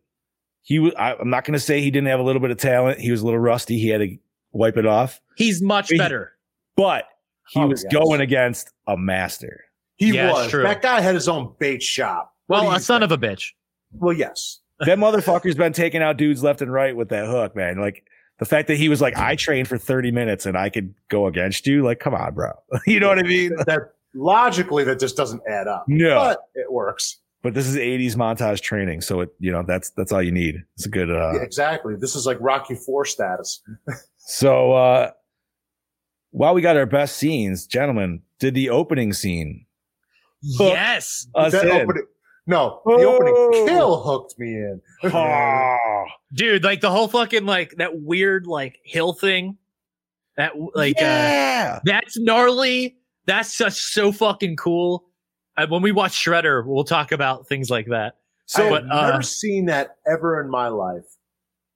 [SPEAKER 3] he was. I, I'm not going to say he didn't have a little bit of talent. He was a little rusty. He had to wipe it off,
[SPEAKER 2] he's much
[SPEAKER 3] He-
[SPEAKER 2] better.
[SPEAKER 3] but he
[SPEAKER 4] Oh,
[SPEAKER 3] was
[SPEAKER 4] yes.
[SPEAKER 3] going against a master.
[SPEAKER 4] He
[SPEAKER 2] Yeah, it's
[SPEAKER 4] was.
[SPEAKER 2] true.
[SPEAKER 4] That guy had his own bait shop. What do
[SPEAKER 2] Well,
[SPEAKER 4] you
[SPEAKER 2] a son
[SPEAKER 4] think?
[SPEAKER 2] of a bitch.
[SPEAKER 4] Well, yes.
[SPEAKER 3] That motherfucker's been taking out dudes left and right with that hook, man. Like the fact that he was like, I trained for 30 minutes and I could go against you. Like, come on, bro. you know what I mean?
[SPEAKER 4] That logically, that just doesn't add up.
[SPEAKER 3] No, but,
[SPEAKER 4] But it works.
[SPEAKER 3] this is 80s montage training, so it you know that's that's all you need. It's a good. uh
[SPEAKER 4] Yeah, exactly. This is like Rocky Four status.
[SPEAKER 3] So uh while we got our best scenes, gentlemen, did the opening scene? Hook
[SPEAKER 2] Yes.
[SPEAKER 3] us
[SPEAKER 4] That
[SPEAKER 3] in?
[SPEAKER 4] opening- no, the
[SPEAKER 3] Oh.
[SPEAKER 4] opening kill hooked me in.
[SPEAKER 3] Oh,
[SPEAKER 2] Dude, like the whole fucking, like, that weird, like, hill thing. That, like, uh,
[SPEAKER 3] yeah.
[SPEAKER 2] that's gnarly. That's just so fucking cool. And when we watch Shredder, we'll talk about things like that.
[SPEAKER 4] So,
[SPEAKER 2] So,
[SPEAKER 4] I've
[SPEAKER 2] but, uh,
[SPEAKER 4] never seen that ever in my life.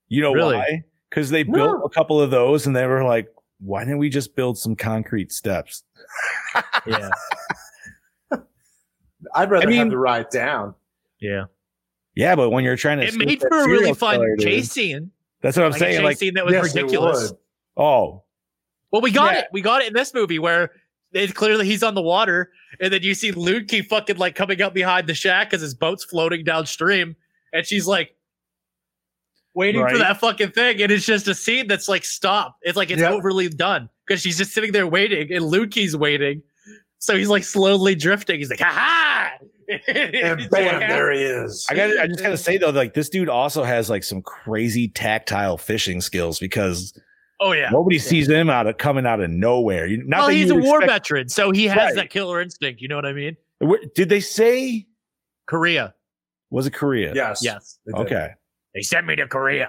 [SPEAKER 3] you know
[SPEAKER 2] Really?
[SPEAKER 3] why? Because they
[SPEAKER 4] No.
[SPEAKER 3] built a couple of those, and they were like, "Why didn't we just build some concrete steps?"
[SPEAKER 2] Yeah.
[SPEAKER 4] I'd rather
[SPEAKER 3] I mean-
[SPEAKER 4] have to ride down.
[SPEAKER 2] Yeah.
[SPEAKER 3] Yeah, but when you're trying to,
[SPEAKER 2] It
[SPEAKER 3] escape
[SPEAKER 2] made
[SPEAKER 3] that
[SPEAKER 2] for a really
[SPEAKER 3] serial
[SPEAKER 2] fun
[SPEAKER 3] killer, dude,
[SPEAKER 2] chase scene.
[SPEAKER 3] That's what I'm
[SPEAKER 2] Like a
[SPEAKER 3] saying.
[SPEAKER 2] chase
[SPEAKER 3] Like,
[SPEAKER 2] scene that was
[SPEAKER 4] Yes, it
[SPEAKER 2] ridiculous.
[SPEAKER 4] would.
[SPEAKER 3] oh,
[SPEAKER 2] Well, we got
[SPEAKER 3] Yeah.
[SPEAKER 2] it. We got it in this movie where it, clearly he's on the water, and then you see Ludke fucking like coming up behind the shack because his boat's floating downstream, and she's like waiting
[SPEAKER 3] Right.
[SPEAKER 2] for that fucking thing, and it's just a scene that's like stop. It's like it's
[SPEAKER 4] Yeah.
[SPEAKER 2] overly done because she's just sitting there waiting, and Ludke's waiting, so he's like slowly drifting. He's like, ha ha.
[SPEAKER 4] And bam, there he is.
[SPEAKER 3] I got. I just gotta say though, like this dude also has like some crazy tactile fishing skills because
[SPEAKER 2] Oh yeah.
[SPEAKER 3] nobody sees him out of coming out of nowhere. You- Not
[SPEAKER 2] well,
[SPEAKER 3] that
[SPEAKER 2] he's
[SPEAKER 3] you
[SPEAKER 2] a
[SPEAKER 3] would
[SPEAKER 2] war
[SPEAKER 3] expect-
[SPEAKER 2] veteran, so he has
[SPEAKER 3] Right.
[SPEAKER 2] that killer instinct. You know what I mean?
[SPEAKER 3] Where- Did they say
[SPEAKER 2] Korea.
[SPEAKER 3] was it Korea?
[SPEAKER 4] Yes.
[SPEAKER 2] Yes.
[SPEAKER 4] They did.
[SPEAKER 3] Okay.
[SPEAKER 2] They sent me to Korea.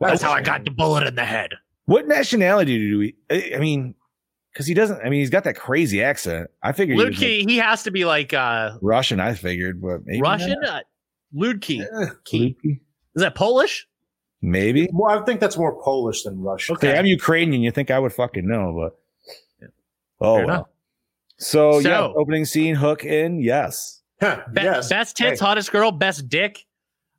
[SPEAKER 4] That
[SPEAKER 2] That's
[SPEAKER 4] was
[SPEAKER 2] how I got the bullet in the head.
[SPEAKER 3] What nationality do we? I I mean, because he doesn't. I mean, he's got that crazy accent. I figured he was, like,
[SPEAKER 2] Ludke, he has to be like uh,
[SPEAKER 3] Russian, I figured, but maybe not.
[SPEAKER 2] Russian. Uh, Ludke.
[SPEAKER 4] Eh,
[SPEAKER 2] Key. Is that Polish?
[SPEAKER 3] Maybe.
[SPEAKER 4] Well, I think that's more Polish than Russian.
[SPEAKER 3] Okay, I'm Ukrainian. You think I would fucking know, but oh
[SPEAKER 2] Fair
[SPEAKER 3] well.
[SPEAKER 2] enough.
[SPEAKER 3] So,
[SPEAKER 2] So-
[SPEAKER 3] yeah, opening scene, hook in, yes.
[SPEAKER 4] Huh,
[SPEAKER 2] Be-
[SPEAKER 4] yes.
[SPEAKER 2] Best tits,
[SPEAKER 4] Hey.
[SPEAKER 2] hottest girl, best dick.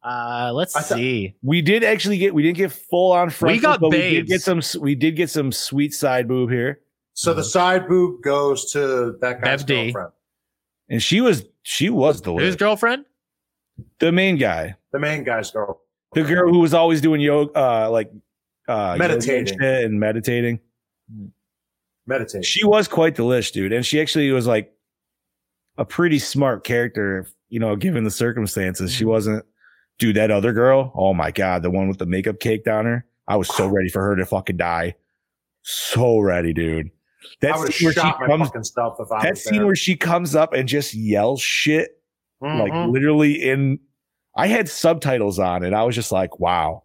[SPEAKER 2] Uh, let's
[SPEAKER 4] I thought-
[SPEAKER 2] see.
[SPEAKER 3] We did actually get we didn't get full on front.
[SPEAKER 2] got
[SPEAKER 3] but we did
[SPEAKER 2] babes.
[SPEAKER 3] get some we did get some sweet side boob here.
[SPEAKER 4] So the side boob goes to that guy's
[SPEAKER 2] Bev D.
[SPEAKER 4] girlfriend,
[SPEAKER 3] And she was she was
[SPEAKER 2] Who's
[SPEAKER 3] delicious.
[SPEAKER 2] girlfriend?
[SPEAKER 3] The main guy.
[SPEAKER 4] the main guy's girl.
[SPEAKER 3] The girl who was always doing yoga, uh, like uh, yoga and
[SPEAKER 4] Meditating.
[SPEAKER 3] shit and meditating.
[SPEAKER 4] Meditate.
[SPEAKER 3] She was quite delish, dude, and she actually was like a pretty smart character, if- you know, given the circumstances.
[SPEAKER 4] Mm-hmm.
[SPEAKER 3] She wasn't, dude. That other girl, oh my god, the one with the makeup caked on her. I was so ready for her to fucking die, so ready, dude. That
[SPEAKER 4] I would have
[SPEAKER 3] scene where she
[SPEAKER 4] shot my
[SPEAKER 3] comes,
[SPEAKER 4] fucking self if I
[SPEAKER 3] that
[SPEAKER 4] was
[SPEAKER 3] scene
[SPEAKER 4] there.
[SPEAKER 3] where she comes up and just yells shit like
[SPEAKER 2] Mm-hmm.
[SPEAKER 4] Mhm.
[SPEAKER 3] literally in i had subtitles on and i was just like wow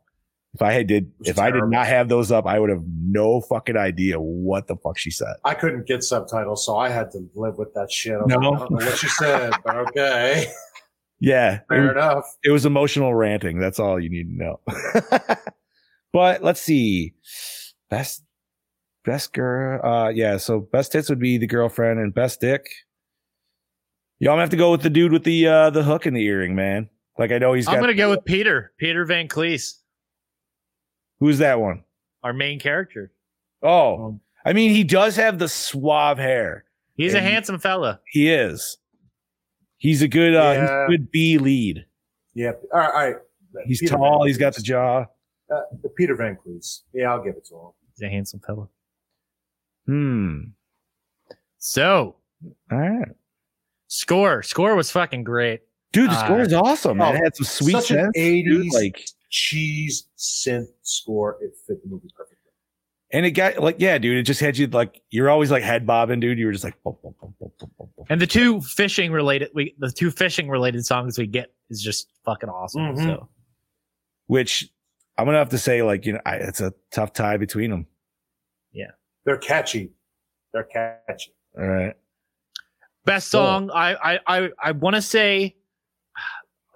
[SPEAKER 3] if i had did
[SPEAKER 4] was
[SPEAKER 3] if i did not have those up i would have no fucking idea what the fuck she said
[SPEAKER 4] I couldn't get subtitles, so I had to live with that shit. I, was
[SPEAKER 3] No.
[SPEAKER 4] like, I don't know what you said, but okay,
[SPEAKER 3] yeah it,
[SPEAKER 4] fair enough.
[SPEAKER 3] it was emotional ranting that's all you need to know but let's see best best girl uh yeah so best tits would be the girlfriend and best dick y'all have to go with the dude with the uh the hook in the earring man like i know he's got
[SPEAKER 2] I'm gonna go with Peter, Peter Van Cleese,
[SPEAKER 3] who's that one
[SPEAKER 2] our main character.
[SPEAKER 3] Oh, I mean, he does have the suave hair.
[SPEAKER 2] He's a
[SPEAKER 3] And
[SPEAKER 2] handsome fella.
[SPEAKER 3] He is. He's a good, uh, he's
[SPEAKER 4] Yeah.
[SPEAKER 3] a good B lead.
[SPEAKER 4] Yeah, all right. All right.
[SPEAKER 3] He's
[SPEAKER 4] Peter
[SPEAKER 3] tall.
[SPEAKER 4] Van
[SPEAKER 3] He's got the jaw.
[SPEAKER 4] Uh, Peter Van Cleese. Yeah, I'll give it to him.
[SPEAKER 2] He's a handsome fella.
[SPEAKER 3] Hmm.
[SPEAKER 2] So
[SPEAKER 3] All right,
[SPEAKER 2] score, score was fucking great.
[SPEAKER 3] dude. The
[SPEAKER 2] Uh,
[SPEAKER 3] score is awesome. man.
[SPEAKER 4] oh,
[SPEAKER 3] it had some sweet
[SPEAKER 4] such an
[SPEAKER 3] sense. dude,
[SPEAKER 4] 80s
[SPEAKER 3] like,
[SPEAKER 4] Cheese synth score. It fit the movie perfectly.
[SPEAKER 3] and it got like, yeah, dude. It just had you like, you're always like head bobbing, dude. You were just like, bum, bum, bum, bum, bum, bum, bum.
[SPEAKER 2] And the two fishing related, we the two fishing related songs we get is just fucking awesome.
[SPEAKER 3] Mm-hmm.
[SPEAKER 4] Mhm.
[SPEAKER 2] So
[SPEAKER 3] which I'm gonna have to say, like, you know, I, it's a tough tie between them.
[SPEAKER 4] They're catchy. They're catchy.
[SPEAKER 3] All right,
[SPEAKER 2] best
[SPEAKER 3] Cool.
[SPEAKER 2] song, I I I, I want to say,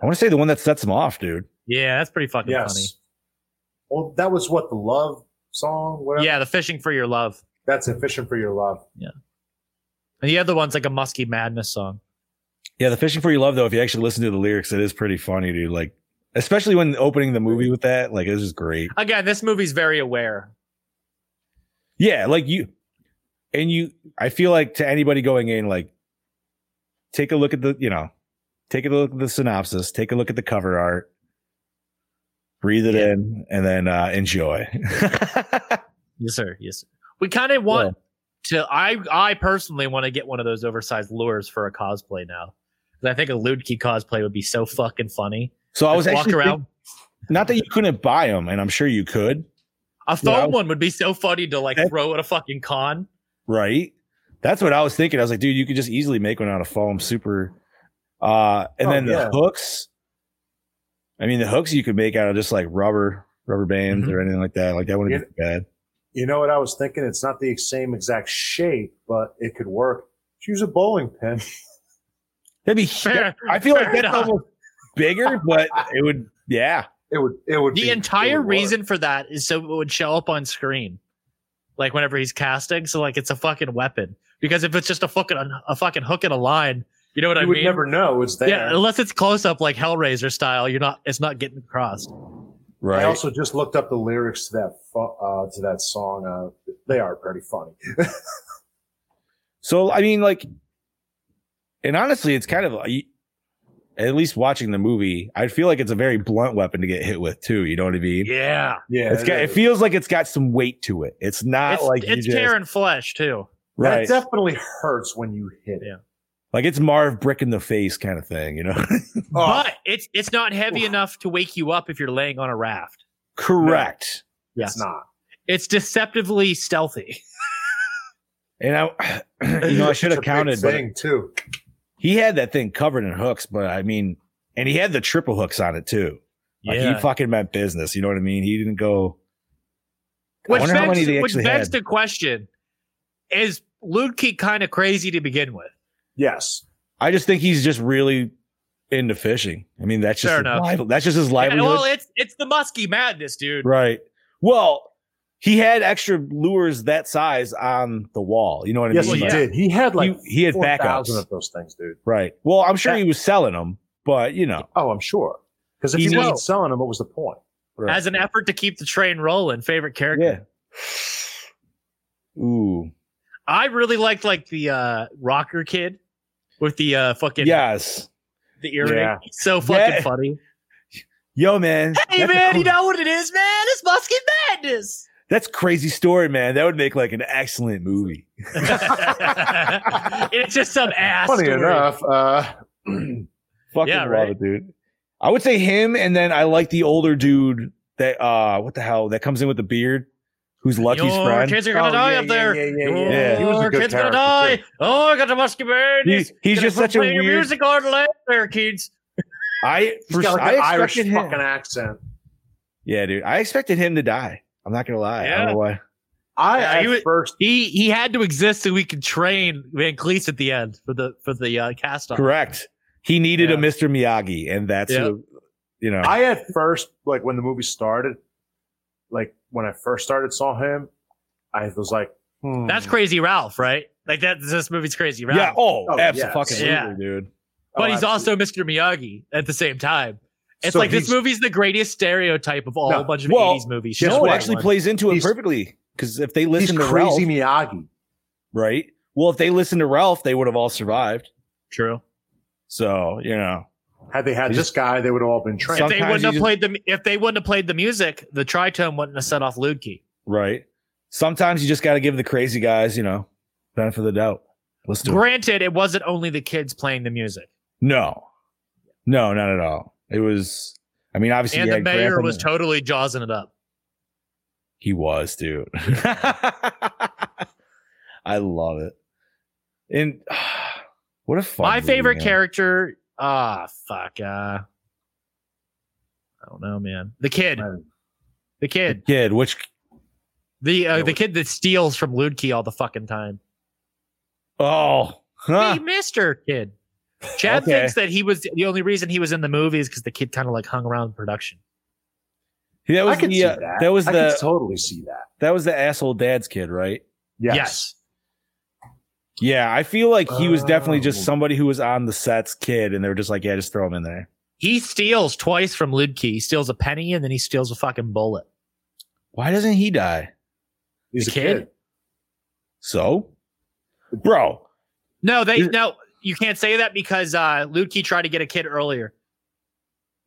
[SPEAKER 3] I want to say the one that sets them off, dude.
[SPEAKER 2] yeah, that's pretty fucking
[SPEAKER 4] yes. Well, that was what the love song. Whatever.
[SPEAKER 2] funny. Yeah, the fishing for your love.
[SPEAKER 4] That's it. Fishing for your love.
[SPEAKER 2] And the other one's like a musky madness song.
[SPEAKER 3] Yeah, the fishing for your love though, if you actually listen to the lyrics, it is pretty funny, dude. Like, especially when opening the movie with that, like this is great.
[SPEAKER 2] Again, this movie's very aware.
[SPEAKER 3] Yeah, like you and you I feel like to anybody going in, like take a look at the, you know, take a look at the synopsis, take a look at the cover art, breathe it
[SPEAKER 2] Yeah.
[SPEAKER 3] in, and then uh enjoy.
[SPEAKER 2] Yes, sir. Yes, sir. We kind of want to. I I personally want to get one of those oversized lures for a cosplay now. 'Cause I think a Ludke cosplay would be so fucking funny.
[SPEAKER 3] so I was
[SPEAKER 2] Just
[SPEAKER 3] actually
[SPEAKER 2] walk around.
[SPEAKER 3] think- not that you couldn't buy them, and I'm sure you could,
[SPEAKER 2] a foam
[SPEAKER 3] I was-
[SPEAKER 2] one would be so funny to like
[SPEAKER 3] That-
[SPEAKER 2] throw at a fucking con.
[SPEAKER 3] right? That's what I was thinking. I was like, dude, you could just easily make one out of foam, super. Uh, and
[SPEAKER 4] Oh,
[SPEAKER 3] then
[SPEAKER 4] yeah.
[SPEAKER 3] the hooks. I mean, the hooks you could make out of just like rubber, rubber bands
[SPEAKER 2] Mm-hmm.
[SPEAKER 3] or anything like that. Like that wouldn't be bad.
[SPEAKER 4] You know what I was thinking? It's not the same exact shape, but it could work. Choose a bowling pin.
[SPEAKER 3] That'd be.
[SPEAKER 2] Fair-
[SPEAKER 3] I feel like
[SPEAKER 2] fair
[SPEAKER 3] that's
[SPEAKER 2] enough.
[SPEAKER 3] almost bigger, but it would. Yeah,
[SPEAKER 4] It would. It would. be-
[SPEAKER 2] The
[SPEAKER 4] it
[SPEAKER 2] entire
[SPEAKER 4] would work.
[SPEAKER 2] reason for that is so it would show up on screen, like whenever he's casting. So like it's a fucking weapon because if it's just a fucking a fucking hook and a line, you know what I
[SPEAKER 4] You would
[SPEAKER 2] mean?
[SPEAKER 4] never know it's there.
[SPEAKER 2] yeah, unless it's close up like Hellraiser style, you're not. It's not getting crossed.
[SPEAKER 3] right.
[SPEAKER 4] I also just looked up the lyrics to that fu- uh, to that song. Uh, they are pretty funny.
[SPEAKER 3] So I mean, like, and honestly, it's kind of I- at least watching the movie. I feel like it's a very blunt weapon to get hit with too. You know what I mean?
[SPEAKER 2] Yeah,
[SPEAKER 4] Yeah,
[SPEAKER 3] It's got, it
[SPEAKER 4] is.
[SPEAKER 3] feels like it's got some weight to it. It's not
[SPEAKER 2] it's,
[SPEAKER 3] like you
[SPEAKER 2] it's
[SPEAKER 3] just- Oh.
[SPEAKER 2] tearing flesh too.
[SPEAKER 4] that
[SPEAKER 3] right.
[SPEAKER 4] definitely hurts when you hit it.
[SPEAKER 2] Yeah.
[SPEAKER 3] like it's Marv brick in the face kind of thing, you know?
[SPEAKER 4] Oh,
[SPEAKER 2] But it's it's not heavy enough to wake you up if you're laying on a raft.
[SPEAKER 3] Correct.
[SPEAKER 2] Yes,
[SPEAKER 4] it's not.
[SPEAKER 2] It's deceptively stealthy.
[SPEAKER 3] And I, you know, I should have
[SPEAKER 4] It's a big
[SPEAKER 3] counted, but
[SPEAKER 4] thing too.
[SPEAKER 3] he had that thing covered in hooks. But I mean, and he had the triple hooks on it too. Like he fucking meant business. You know what I mean? He didn't go. I
[SPEAKER 2] Which
[SPEAKER 3] wonder how
[SPEAKER 2] begs,
[SPEAKER 3] many they
[SPEAKER 2] which
[SPEAKER 3] actually
[SPEAKER 2] begs
[SPEAKER 3] had.
[SPEAKER 2] the question: Is Ludke kind of crazy to begin with?
[SPEAKER 4] Yes,
[SPEAKER 3] I just think he's just really into fishing. I mean, that's just
[SPEAKER 2] Fair
[SPEAKER 3] his
[SPEAKER 2] enough.
[SPEAKER 3] live- that's just his livelihood,
[SPEAKER 2] well, it's it's the musky madness, dude.
[SPEAKER 3] right? Well, he had extra lures that size on the wall. You know what I
[SPEAKER 4] yes,
[SPEAKER 3] mean?
[SPEAKER 4] he
[SPEAKER 3] Like,
[SPEAKER 4] did. He had like
[SPEAKER 3] he, he had
[SPEAKER 4] four thousand
[SPEAKER 3] backups,
[SPEAKER 4] of those things, dude.
[SPEAKER 3] right? Well, I'm sure
[SPEAKER 4] That-
[SPEAKER 3] he was selling them, but you know,
[SPEAKER 4] Oh, I'm sure. Because if
[SPEAKER 3] He
[SPEAKER 4] he,
[SPEAKER 3] knows.
[SPEAKER 4] wasn't selling them, what was the point?
[SPEAKER 3] right.
[SPEAKER 2] As an effort to keep the train rolling, favorite character.
[SPEAKER 3] Yeah. Ooh.
[SPEAKER 2] I really liked like the uh rocker kid with the uh fucking
[SPEAKER 3] Yes.
[SPEAKER 2] the earring.
[SPEAKER 4] Yeah.
[SPEAKER 2] So fucking
[SPEAKER 3] Yeah.
[SPEAKER 2] funny.
[SPEAKER 3] Yo, man.
[SPEAKER 2] Hey,
[SPEAKER 3] that's a
[SPEAKER 2] man,
[SPEAKER 3] cool-
[SPEAKER 2] you know what it is, man? It's Musket Madness.
[SPEAKER 3] that's a crazy story, man. That would make like an excellent movie.
[SPEAKER 2] it's just some ass.
[SPEAKER 4] Funny
[SPEAKER 2] story.
[SPEAKER 4] enough, uh,
[SPEAKER 3] Fucking
[SPEAKER 2] Yeah,
[SPEAKER 3] love
[SPEAKER 2] right.
[SPEAKER 3] it, dude. I would say him, and then I like the older dude that uh, what the hell that comes in with the beard, who's Lucky's
[SPEAKER 2] Your
[SPEAKER 3] friend.
[SPEAKER 2] kids are gonna
[SPEAKER 4] Oh,
[SPEAKER 2] die
[SPEAKER 4] yeah,
[SPEAKER 2] up
[SPEAKER 4] yeah,
[SPEAKER 2] there.
[SPEAKER 4] yeah, yeah,
[SPEAKER 2] Your
[SPEAKER 3] yeah.
[SPEAKER 4] He was a good
[SPEAKER 2] kids gonna
[SPEAKER 4] character,
[SPEAKER 2] die.
[SPEAKER 4] too.
[SPEAKER 2] Oh, I got the musket madness.
[SPEAKER 3] He's- he's
[SPEAKER 2] Gonna
[SPEAKER 3] just such a
[SPEAKER 2] play your
[SPEAKER 3] weird-
[SPEAKER 2] music on loud there, kids.
[SPEAKER 3] I
[SPEAKER 4] he's
[SPEAKER 3] for,
[SPEAKER 4] got like
[SPEAKER 3] I
[SPEAKER 4] an Irish
[SPEAKER 3] expected him.
[SPEAKER 4] fucking accent.
[SPEAKER 3] Yeah, dude. I expected him to die. I'm not gonna lie. I
[SPEAKER 2] Yeah.
[SPEAKER 3] don't know why.
[SPEAKER 4] I
[SPEAKER 2] Yeah,
[SPEAKER 4] at
[SPEAKER 2] he was-
[SPEAKER 4] first
[SPEAKER 2] He he had to exist so we could train Van Cleese at the end for the for the uh, cast off.
[SPEAKER 3] Correct. He needed
[SPEAKER 4] Yeah.
[SPEAKER 3] a Mr. Miyagi, and that's
[SPEAKER 2] Yeah.
[SPEAKER 3] who- you know.
[SPEAKER 4] I at first, like when the movie started, like when I first started saw him, I was like, hmm.
[SPEAKER 2] That's crazy, Ralph. Right? Like that. This movie's crazy, Ralph.
[SPEAKER 3] yeah. Oh,
[SPEAKER 4] Oh,
[SPEAKER 3] absolutely,
[SPEAKER 2] yeah.
[SPEAKER 3] dude.
[SPEAKER 4] Oh,
[SPEAKER 2] but he's
[SPEAKER 4] absolutely.
[SPEAKER 2] also Mr. Miyagi at the same time. It's
[SPEAKER 4] So
[SPEAKER 2] like this
[SPEAKER 4] he's-
[SPEAKER 2] movie's the greatest stereotype of all
[SPEAKER 4] No,
[SPEAKER 2] a bunch of
[SPEAKER 3] well,
[SPEAKER 2] 80s movies.
[SPEAKER 3] Guess
[SPEAKER 4] No,
[SPEAKER 3] what
[SPEAKER 4] I
[SPEAKER 3] actually
[SPEAKER 4] won.
[SPEAKER 3] plays into it
[SPEAKER 4] He's-
[SPEAKER 3] perfectly? Because if they
[SPEAKER 4] He's
[SPEAKER 3] listen to
[SPEAKER 4] crazy
[SPEAKER 3] Ralph,
[SPEAKER 4] Miyagi.
[SPEAKER 3] right? Well, if they listened to Ralph, they would have all survived.
[SPEAKER 2] True.
[SPEAKER 3] So you know,
[SPEAKER 4] Had they had
[SPEAKER 3] He's-
[SPEAKER 4] this guy, they would have all been trained.
[SPEAKER 2] If they
[SPEAKER 3] Sometimes
[SPEAKER 2] wouldn't
[SPEAKER 3] you
[SPEAKER 2] have
[SPEAKER 3] just-
[SPEAKER 2] played the if they wouldn't have played the music, the tritone wouldn't have set off Ludke.
[SPEAKER 3] right? Sometimes you just got to give the crazy guys, you know, benefit of the doubt. Listen to 'em.
[SPEAKER 2] Granted, it wasn't only the kids playing the music,
[SPEAKER 3] no, no, not at all. It was. I mean, obviously,
[SPEAKER 2] and
[SPEAKER 3] you
[SPEAKER 2] the
[SPEAKER 3] had
[SPEAKER 2] mayor
[SPEAKER 3] Grantham-
[SPEAKER 2] was totally jawsing it up.
[SPEAKER 3] He was, dude. I love it. And what a fun
[SPEAKER 2] My
[SPEAKER 3] movie,
[SPEAKER 2] favorite
[SPEAKER 3] man.
[SPEAKER 2] character, ah, fuck, uh, I don't know, man. The kid,
[SPEAKER 4] Man.
[SPEAKER 2] the kid,
[SPEAKER 3] kid, which
[SPEAKER 2] the uh,
[SPEAKER 4] Yeah,
[SPEAKER 2] the kid that steals from Ludke all the fucking time.
[SPEAKER 3] oh, huh.
[SPEAKER 4] Ah.
[SPEAKER 2] Hey, Mister Kid. Chad
[SPEAKER 3] Okay.
[SPEAKER 2] thinks that he was the only reason he was in the movie is because the kid kind of like hung around production.
[SPEAKER 3] that
[SPEAKER 4] I
[SPEAKER 3] was
[SPEAKER 4] can
[SPEAKER 3] the
[SPEAKER 4] see
[SPEAKER 3] uh,
[SPEAKER 4] that.
[SPEAKER 3] that was
[SPEAKER 4] I
[SPEAKER 3] the
[SPEAKER 4] could totally see that.
[SPEAKER 3] that was the asshole dad's kid, right?
[SPEAKER 4] Yes.
[SPEAKER 3] Yeah, I feel like he was definitely
[SPEAKER 4] Oh.
[SPEAKER 3] just somebody who was on the sets kid, and they were just like, yeah, just throw him in there.
[SPEAKER 2] He steals twice from Ludke. He steals a penny and then he steals a fucking bullet.
[SPEAKER 3] Why doesn't he die?
[SPEAKER 4] He's
[SPEAKER 2] The
[SPEAKER 4] a
[SPEAKER 2] kid?
[SPEAKER 4] kid.
[SPEAKER 3] So, bro,
[SPEAKER 2] No, they
[SPEAKER 3] Is-
[SPEAKER 2] no. You can't say that because uh, Ludke tried to get a kid earlier.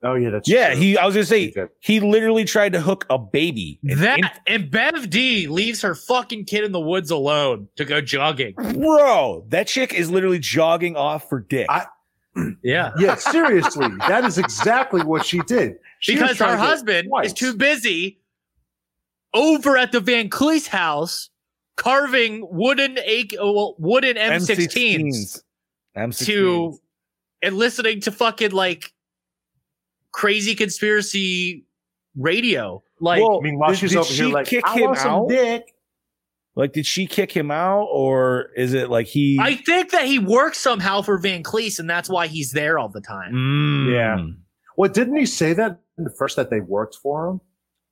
[SPEAKER 4] Oh yeah, that's
[SPEAKER 3] yeah,
[SPEAKER 4] true.
[SPEAKER 3] he. I was gonna
[SPEAKER 4] He
[SPEAKER 3] say
[SPEAKER 4] did.
[SPEAKER 3] he literally tried to hook a baby.
[SPEAKER 2] That
[SPEAKER 3] And-
[SPEAKER 2] and Bev D leaves her fucking kid in the woods alone to go jogging.
[SPEAKER 4] Hmm.
[SPEAKER 3] bro, that chick is literally jogging off for dick.
[SPEAKER 4] I-
[SPEAKER 2] Yeah,
[SPEAKER 4] Yeah, seriously, that is exactly what she did. She was
[SPEAKER 2] because
[SPEAKER 4] trying
[SPEAKER 2] her
[SPEAKER 4] to do it
[SPEAKER 2] husband
[SPEAKER 4] twice.
[SPEAKER 2] is too busy over at the Van Cleese house carving wooden a- well, wooden M16s
[SPEAKER 3] M16s.
[SPEAKER 2] to and listening to fucking like crazy conspiracy radio. Like
[SPEAKER 3] Well,
[SPEAKER 4] Meanwhile,
[SPEAKER 3] did-
[SPEAKER 4] she's
[SPEAKER 3] did
[SPEAKER 4] over here
[SPEAKER 3] she
[SPEAKER 4] like,
[SPEAKER 3] kick
[SPEAKER 4] I
[SPEAKER 3] him
[SPEAKER 4] want some
[SPEAKER 3] out?
[SPEAKER 4] dick.
[SPEAKER 3] Like, did she kick him out, or is it like he?
[SPEAKER 2] I think that he works somehow for Van Cleese, and that's why he's there all the time.
[SPEAKER 3] Mm.
[SPEAKER 4] Yeah. Well, didn't he say that in the first that they worked for him?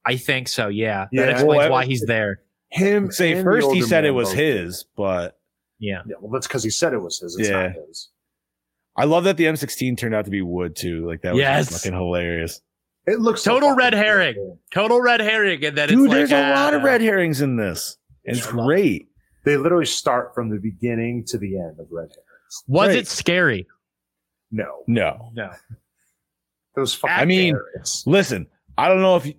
[SPEAKER 2] I think so. Yeah,
[SPEAKER 4] Yeah.
[SPEAKER 2] that explains
[SPEAKER 3] Well,
[SPEAKER 2] why he's there.
[SPEAKER 4] Him.
[SPEAKER 3] Say
[SPEAKER 4] and the
[SPEAKER 3] first, he
[SPEAKER 4] older
[SPEAKER 3] said it
[SPEAKER 4] man
[SPEAKER 3] was
[SPEAKER 4] both.
[SPEAKER 3] his, but
[SPEAKER 2] Yeah,
[SPEAKER 4] Yeah, well, that's because he said it was his. It's
[SPEAKER 3] Yeah.
[SPEAKER 4] not his.
[SPEAKER 3] I love that the M16 turned out to be wood too. Like that was
[SPEAKER 2] Yes.
[SPEAKER 3] fucking hilarious.
[SPEAKER 4] It looks so
[SPEAKER 2] Total red
[SPEAKER 4] fucking
[SPEAKER 2] herring.
[SPEAKER 4] cool.
[SPEAKER 2] total red herring, and then
[SPEAKER 3] Dude,
[SPEAKER 2] it's
[SPEAKER 3] there's
[SPEAKER 2] like,
[SPEAKER 3] a lot
[SPEAKER 2] ah,
[SPEAKER 3] of red herrings in this. It's
[SPEAKER 2] Yeah, a lot.
[SPEAKER 3] great.
[SPEAKER 4] They literally start from the beginning to the end of red herring.
[SPEAKER 2] Was
[SPEAKER 3] Right.
[SPEAKER 2] it scary?
[SPEAKER 4] No,
[SPEAKER 3] No,
[SPEAKER 2] No.
[SPEAKER 4] those fucking.
[SPEAKER 2] I
[SPEAKER 3] mean-
[SPEAKER 4] herrings.
[SPEAKER 3] listen. I don't know if you,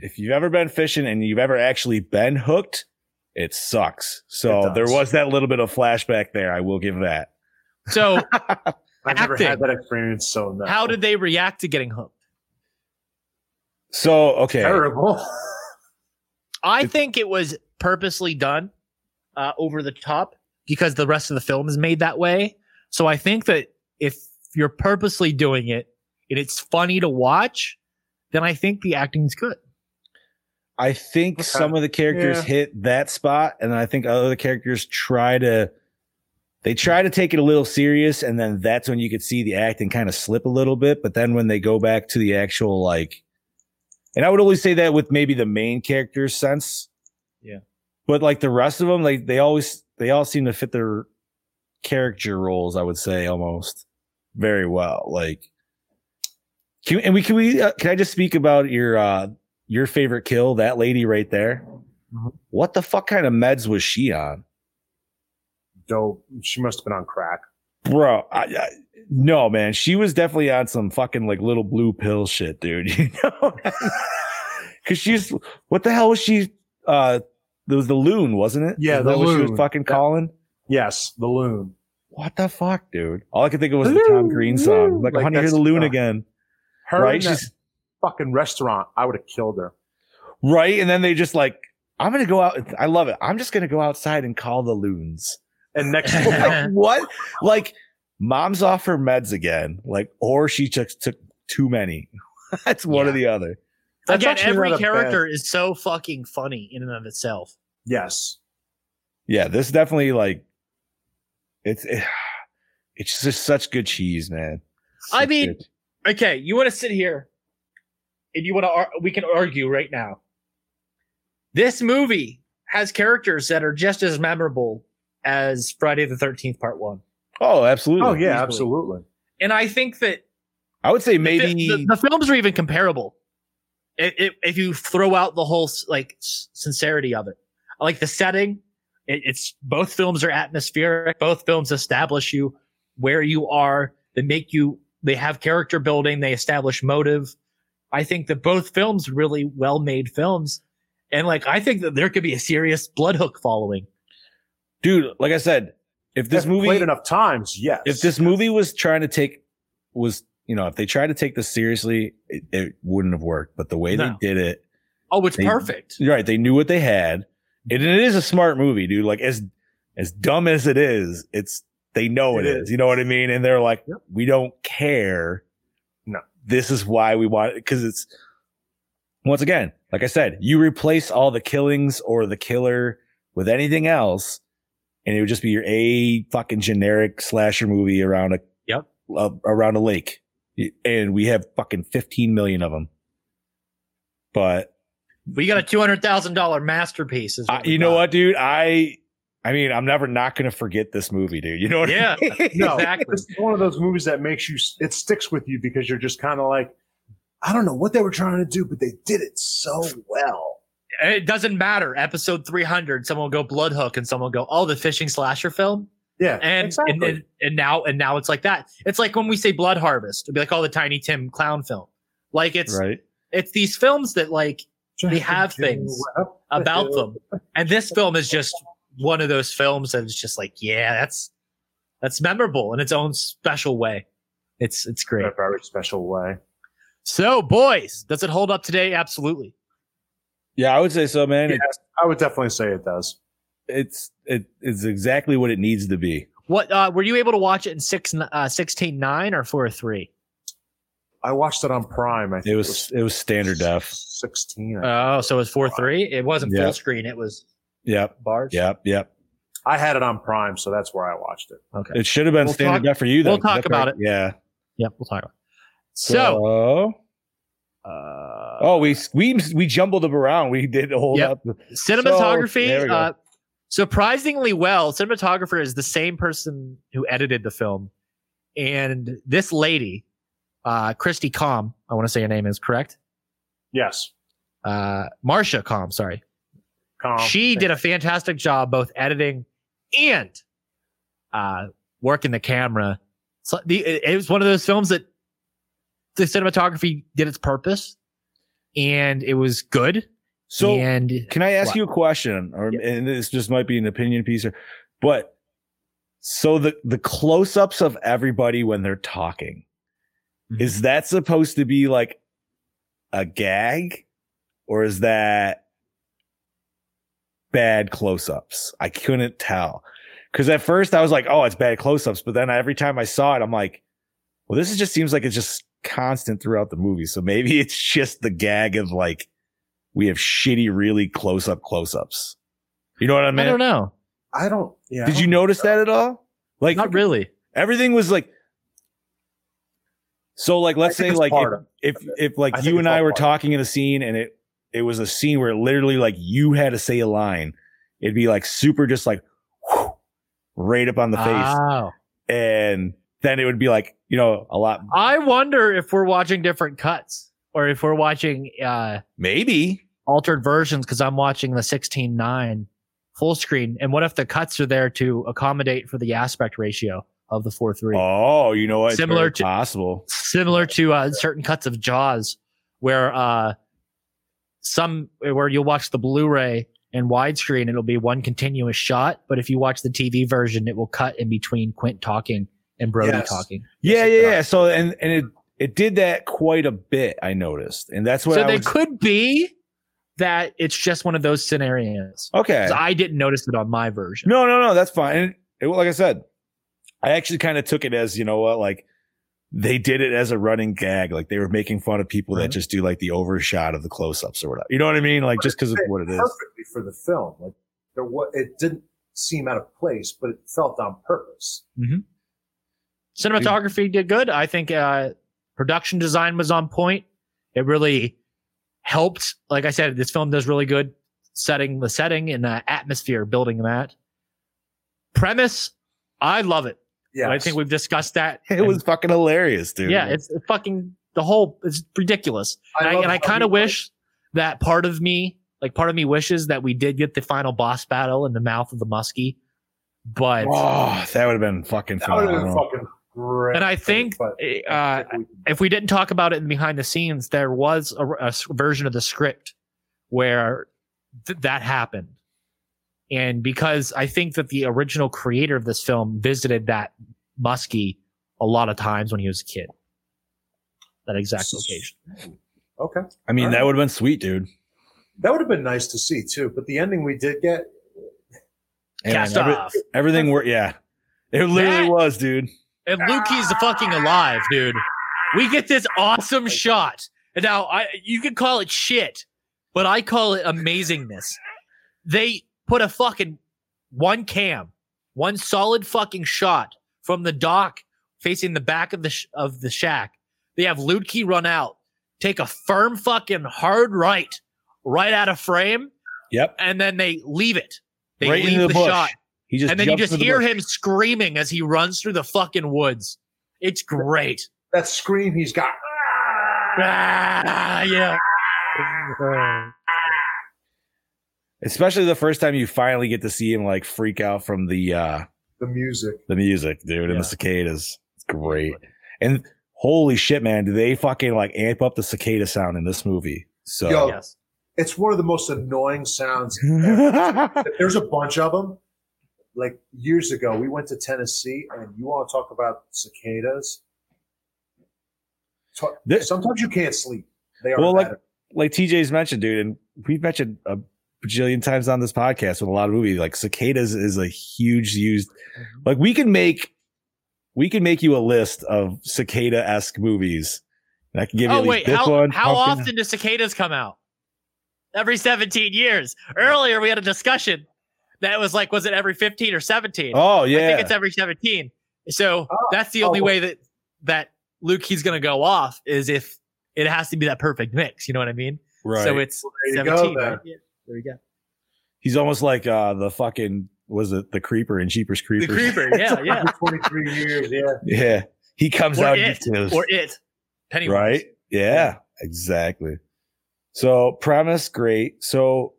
[SPEAKER 3] if you've ever been fishing and you've ever actually been hooked. It sucks. So
[SPEAKER 4] It
[SPEAKER 3] there
[SPEAKER 4] does.
[SPEAKER 3] was that little bit of flashback there. I will give that.
[SPEAKER 2] So
[SPEAKER 4] I've never had
[SPEAKER 2] acting.
[SPEAKER 4] that experience, so no.
[SPEAKER 2] how did they react to getting hooked?
[SPEAKER 3] So okay,
[SPEAKER 4] terrible?
[SPEAKER 2] I think it was purposely done uh, over the top because the rest of the film is made that way. So I think that if you're purposely doing it and it's funny to watch, then I think the acting's good.
[SPEAKER 3] I think
[SPEAKER 4] Okay.
[SPEAKER 3] some of the characters
[SPEAKER 4] Yeah.
[SPEAKER 3] hit that spot, and I think other characters try to they try to take it a little serious, and then that's when you could see the acting kind of slip a little bit. But then when they go back to the actual like, and I would always say that with maybe the main character's sense,
[SPEAKER 2] Yeah.
[SPEAKER 3] But like the rest of them, like they always they all seem to fit their character roles. I would say almost very well. Like, can and we can we uh, can I just speak about your uh your favorite kill, that lady right there. What the fuck kind of meds was she on,
[SPEAKER 4] Dope. She must have been on crack.
[SPEAKER 3] bro? I, I, No, man, she was definitely on some fucking like little blue pill shit, dude. You know, because she's what the hell was she? Uh, there was the loon, wasn't it?
[SPEAKER 4] Yeah,
[SPEAKER 3] Is
[SPEAKER 4] the
[SPEAKER 3] that what she was
[SPEAKER 4] loon.
[SPEAKER 3] fucking calling.
[SPEAKER 4] Yes, the loon.
[SPEAKER 3] What the fuck, dude? All I could think of was the Tom Green song, like,
[SPEAKER 4] Like,
[SPEAKER 3] I want to hear
[SPEAKER 4] that's-
[SPEAKER 3] the loon
[SPEAKER 4] uh,
[SPEAKER 3] again,"
[SPEAKER 4] Her
[SPEAKER 3] Right,
[SPEAKER 4] in that
[SPEAKER 3] she's-
[SPEAKER 4] fucking restaurant. I would have killed her.
[SPEAKER 3] right? And then they just like, "I'm gonna go out." I love it. I'm just gonna go outside and call the loons.
[SPEAKER 4] And next,
[SPEAKER 3] Like, what? Like, mom's off her meds again, like, or she took took too many. That's one or the other.
[SPEAKER 4] That's
[SPEAKER 2] Again,
[SPEAKER 4] actually
[SPEAKER 2] every
[SPEAKER 4] not a bad-
[SPEAKER 2] character is so fucking funny in and of itself.
[SPEAKER 4] yes,
[SPEAKER 3] yeah, this definitely like it's it- it's just such good cheese, man.
[SPEAKER 2] I
[SPEAKER 3] Such
[SPEAKER 2] mean,
[SPEAKER 3] good-
[SPEAKER 2] Okay, you want to sit here and you want to, ar- we can argue right now. This movie has characters that are just as memorable as Friday the 13th, part one.
[SPEAKER 3] oh, absolutely.
[SPEAKER 4] oh yeah,
[SPEAKER 2] easily.
[SPEAKER 4] absolutely.
[SPEAKER 2] And I think that
[SPEAKER 3] I would say
[SPEAKER 2] the,
[SPEAKER 3] maybe
[SPEAKER 2] the, the films are even comparable. It, it, if you throw out the whole like s- sincerity of it, I like the setting, it, it's both films are atmospheric. Both films establish you where you are. They make you. They have character building. They establish motive. I think that both films are really well made films, and like I think that there could be a serious blood hook following.
[SPEAKER 3] dude, like I said, if this
[SPEAKER 4] If
[SPEAKER 3] movie
[SPEAKER 4] played enough times, yes.
[SPEAKER 3] if this movie was trying to take was you know, if they tried to take this seriously, it, it wouldn't have worked. But the way
[SPEAKER 2] No.
[SPEAKER 3] they did it,
[SPEAKER 2] Oh, it's
[SPEAKER 3] They-
[SPEAKER 2] perfect.
[SPEAKER 3] you're right, they knew what they had. And it is a smart movie, dude. Like as as dumb as it is, it's they know
[SPEAKER 4] It
[SPEAKER 3] it is. You know what I mean? And they're like, we don't care.
[SPEAKER 4] No.
[SPEAKER 3] This is why we want it because it's once again, like I said, you replace all the killings or the killer with anything else, and it would just be your a fucking generic slasher movie around a
[SPEAKER 2] Yep.
[SPEAKER 3] a- around a lake, and we have fucking fifteen million of them. But
[SPEAKER 2] We got a two hundred thousand dollar masterpiece. is
[SPEAKER 3] I,
[SPEAKER 2] we
[SPEAKER 3] you know
[SPEAKER 2] got.
[SPEAKER 3] what, dude? I I mean, I'm never not gonna forget this movie, dude. You know what? I
[SPEAKER 2] Yeah,
[SPEAKER 3] mean?
[SPEAKER 4] no,
[SPEAKER 2] exactly.
[SPEAKER 4] This is one of those movies that makes you. It sticks with you because you're just kind of like, I don't know what they were trying to do, but they did it so well.
[SPEAKER 2] it doesn't matter. Episode 300, someone will go blood hook and someone will go, oh, the fishing slasher film.
[SPEAKER 4] Yeah,
[SPEAKER 2] And,
[SPEAKER 4] exactly.
[SPEAKER 2] and, and and now and now it's like that. It's like when we say blood harvest, it'd be like all the Tiny Tim clown film. Like it's
[SPEAKER 3] right.
[SPEAKER 2] it's these films that like
[SPEAKER 4] Just
[SPEAKER 2] they have
[SPEAKER 4] to do
[SPEAKER 2] things
[SPEAKER 4] well.
[SPEAKER 2] about them. And this film is just one of those films that is just like, yeah, that's that's memorable in its own special way. It's it's
[SPEAKER 4] in
[SPEAKER 2] great.
[SPEAKER 4] a very special way.
[SPEAKER 2] So boys, does it hold up today? Absolutely.
[SPEAKER 3] Yeah, I would say so, man. It-
[SPEAKER 4] Yes, I would definitely say it does.
[SPEAKER 3] it's it, it's exactly what it needs to be.
[SPEAKER 2] What uh, were you able to watch it in six uh, sixteen nine or four three?
[SPEAKER 4] I watched it on Prime. I think
[SPEAKER 3] It was it was standard def.
[SPEAKER 4] sixteen. I
[SPEAKER 2] Oh, so it was four three. It wasn't
[SPEAKER 3] Yeah.
[SPEAKER 2] full screen. It was
[SPEAKER 3] Yep.
[SPEAKER 2] bars.
[SPEAKER 3] Yep. Yep.
[SPEAKER 4] I had it on Prime, so that's where I watched it.
[SPEAKER 3] It should have been
[SPEAKER 2] We'll
[SPEAKER 3] standard
[SPEAKER 2] talk-
[SPEAKER 3] def for you. Though,
[SPEAKER 2] we'll talk
[SPEAKER 3] That's
[SPEAKER 2] about
[SPEAKER 3] right. Yeah.
[SPEAKER 2] Yep. We'll talk about. It. So,
[SPEAKER 3] So,
[SPEAKER 2] uh,
[SPEAKER 3] oh, we we we jumbled them around. We did hold
[SPEAKER 2] Yep.
[SPEAKER 3] up.
[SPEAKER 2] cinematography.
[SPEAKER 3] there we go.
[SPEAKER 2] uh, surprisingly well, cinematographer is the same person who edited the film, and this lady, uh, Christy Com. I want to say her name is correct.
[SPEAKER 4] Yes,
[SPEAKER 2] Uh, Marcia Com. Sorry.
[SPEAKER 4] Calm.
[SPEAKER 2] she did a fantastic job both editing and uh, working the camera. So the, it, it was one of those films that the cinematography did its purpose, and it was good.
[SPEAKER 3] So
[SPEAKER 2] and
[SPEAKER 3] Can I ask
[SPEAKER 2] What?
[SPEAKER 3] you a question? Or
[SPEAKER 2] Yeah.
[SPEAKER 3] and this just might be an opinion piece, or, but so the the close ups of everybody when they're talking
[SPEAKER 2] Mhm.
[SPEAKER 3] is that supposed to be like a gag, or is that bad close ups? I couldn't tell because at first I was like, oh, it's bad close ups, but then every time I saw it, I'm like, well, this is just seems like it's just constant throughout the movie. So maybe it's just the gag of like we have shitty, really close up close ups. You know what I mean?
[SPEAKER 2] I don't know,
[SPEAKER 4] I don't. Yeah.
[SPEAKER 3] Did you notice that at all? Like
[SPEAKER 2] not really.
[SPEAKER 3] everything was like. So like, let's
[SPEAKER 4] I think
[SPEAKER 3] say
[SPEAKER 4] it's
[SPEAKER 3] like
[SPEAKER 4] part
[SPEAKER 3] if, if if like
[SPEAKER 4] I think
[SPEAKER 3] you and
[SPEAKER 4] it's all
[SPEAKER 3] I were
[SPEAKER 4] part of it.
[SPEAKER 3] talking in a scene and it it was a scene where literally like you had to say a line, it'd be like super just like whew, right up on the face,
[SPEAKER 2] Oh.
[SPEAKER 3] and then it would be like you know a lot
[SPEAKER 2] I wonder if we're watching different cuts or if we're watching uh,
[SPEAKER 3] maybe
[SPEAKER 2] altered versions because I'm watching the 16:9 full screen. And what if the cuts are there to accommodate for the aspect ratio? of the four three.
[SPEAKER 3] Oh, you know what? It's
[SPEAKER 2] Similar
[SPEAKER 3] very
[SPEAKER 2] to-
[SPEAKER 3] possible.
[SPEAKER 2] similar to uh, certain cuts of Jaws, where uh, some where you'll watch the Blu-ray in widescreen, it'll be one continuous shot. But if you watch the TV version, it will cut in between Quint talking and Brody
[SPEAKER 4] Yes.
[SPEAKER 2] talking.
[SPEAKER 3] Yeah, yeah, yeah. So and and it it did that quite a bit. I noticed, and that's what
[SPEAKER 2] so
[SPEAKER 3] I
[SPEAKER 2] they
[SPEAKER 3] was-
[SPEAKER 2] could be that it's just one of those scenarios.
[SPEAKER 3] okay.
[SPEAKER 2] 'Cause I didn't notice it on my version.
[SPEAKER 3] No, no, no. That's fine. And it, like I said, I actually kind of took it as you know what, like they did it as a running gag, like they were making fun of people that
[SPEAKER 2] Right.
[SPEAKER 3] just do like the overshot of the close-ups or whatever. You know what I mean? Like just because of
[SPEAKER 4] fit
[SPEAKER 3] what it is.
[SPEAKER 4] perfectly for the film. Like there was, it didn't seem out of place, but it felt on purpose.
[SPEAKER 2] cinematography did good. I think uh, production design was on point. It really helped. Like I said, this film does really good setting the setting and uh, atmosphere, building that premise. I love it.
[SPEAKER 4] Yeah,
[SPEAKER 2] I think we've discussed that.
[SPEAKER 3] It was fucking hilarious, dude.
[SPEAKER 2] yeah, it's fucking the whole. It's ridiculous,
[SPEAKER 4] I
[SPEAKER 2] and I,
[SPEAKER 4] love
[SPEAKER 2] and I
[SPEAKER 4] how
[SPEAKER 2] kind of
[SPEAKER 4] we-
[SPEAKER 2] wish that part of me, like part of me, wishes that we did get the final boss battle in the mouth of the muskie, but.
[SPEAKER 3] Oh, that would have been fucking
[SPEAKER 4] that would have been
[SPEAKER 3] phenomenal.
[SPEAKER 4] fucking great.
[SPEAKER 2] And I think
[SPEAKER 4] but
[SPEAKER 2] uh,
[SPEAKER 4] I think we-
[SPEAKER 2] if we didn't talk about it in behind the scenes, there was a, a s- version of the script where th- that happened. And because I think that the original creator of this film visited that Muskie a lot of times when he was a kid, that exact location.
[SPEAKER 4] okay,
[SPEAKER 3] I mean, that would have been sweet, dude.
[SPEAKER 4] that would have been nice to see too. But the ending we did get,
[SPEAKER 3] And
[SPEAKER 2] Cast
[SPEAKER 3] every-
[SPEAKER 2] off.
[SPEAKER 3] Everything worked. Yeah, it literally
[SPEAKER 2] That-
[SPEAKER 3] was, dude.
[SPEAKER 2] And Lukey's fucking alive, dude. We get this awesome shot. And now I you could call it shit, but I call it amazingness. They put a fucking one cam, one solid fucking shot from the dock facing the back of the sh- of the shack. They have Lukey run out, take a firm fucking hard right, right out of frame,
[SPEAKER 3] Yep.
[SPEAKER 2] and then they leave it. They
[SPEAKER 3] right
[SPEAKER 2] leave
[SPEAKER 3] into the, bush.
[SPEAKER 2] shot
[SPEAKER 3] He just
[SPEAKER 2] and then you
[SPEAKER 3] jumped
[SPEAKER 2] just
[SPEAKER 3] into the
[SPEAKER 2] hear
[SPEAKER 3] bush.
[SPEAKER 2] him screaming as he runs through the fucking woods. It's great.
[SPEAKER 4] that scream he's got.
[SPEAKER 2] Ah, yeah.
[SPEAKER 3] especially the first time you finally get to see him like freak out from the uh
[SPEAKER 4] The music,
[SPEAKER 3] the music, dude, and
[SPEAKER 2] Yeah.
[SPEAKER 3] the cicadas. It's great. And holy shit, man, do they fucking like amp up the cicada sound in this movie? So
[SPEAKER 4] Yo.
[SPEAKER 2] Yes.
[SPEAKER 4] it's one of the most annoying sounds there's a bunch of them. Like years ago, we went to Tennessee, and you want to talk about cicadas? Ta-
[SPEAKER 3] Th-
[SPEAKER 4] Sometimes you can't sleep. They are
[SPEAKER 3] Well, like-
[SPEAKER 4] bad.
[SPEAKER 3] like TJ's mentioned, dude, and we've mentioned a bajillion times on this podcast with a lot of movies, like cicadas is a huge used like we can make we can make you a list of cicada-esque movies. And I can give you
[SPEAKER 2] Oh
[SPEAKER 3] at least
[SPEAKER 2] wait,
[SPEAKER 3] this
[SPEAKER 2] how
[SPEAKER 3] one.
[SPEAKER 2] how
[SPEAKER 3] Pumpkin-
[SPEAKER 2] often do cicadas come out? Every 17 years. Earlier we had a discussion that was like, was it every 15 or 17?
[SPEAKER 3] Oh
[SPEAKER 2] I
[SPEAKER 3] yeah.
[SPEAKER 2] think it's every 17. So
[SPEAKER 4] Oh,
[SPEAKER 2] that's the
[SPEAKER 4] oh,
[SPEAKER 2] only
[SPEAKER 4] well-
[SPEAKER 2] way that that Luke he's gonna go off is if it has to be that perfect mix. You know what I mean? So it's
[SPEAKER 4] there you go,
[SPEAKER 2] 17.
[SPEAKER 4] then.
[SPEAKER 2] right? Yeah, there you go.
[SPEAKER 3] He's almost like uh the fucking was it the creeper in Jeepers Creepers?
[SPEAKER 2] The creeper. Yeah, yeah.
[SPEAKER 4] Twenty-three years, yeah.
[SPEAKER 3] Yeah. He comes
[SPEAKER 2] Or
[SPEAKER 3] out
[SPEAKER 2] it.
[SPEAKER 3] and just-
[SPEAKER 2] or it. Pennywise.
[SPEAKER 3] right? Yeah, exactly. So premise, great. So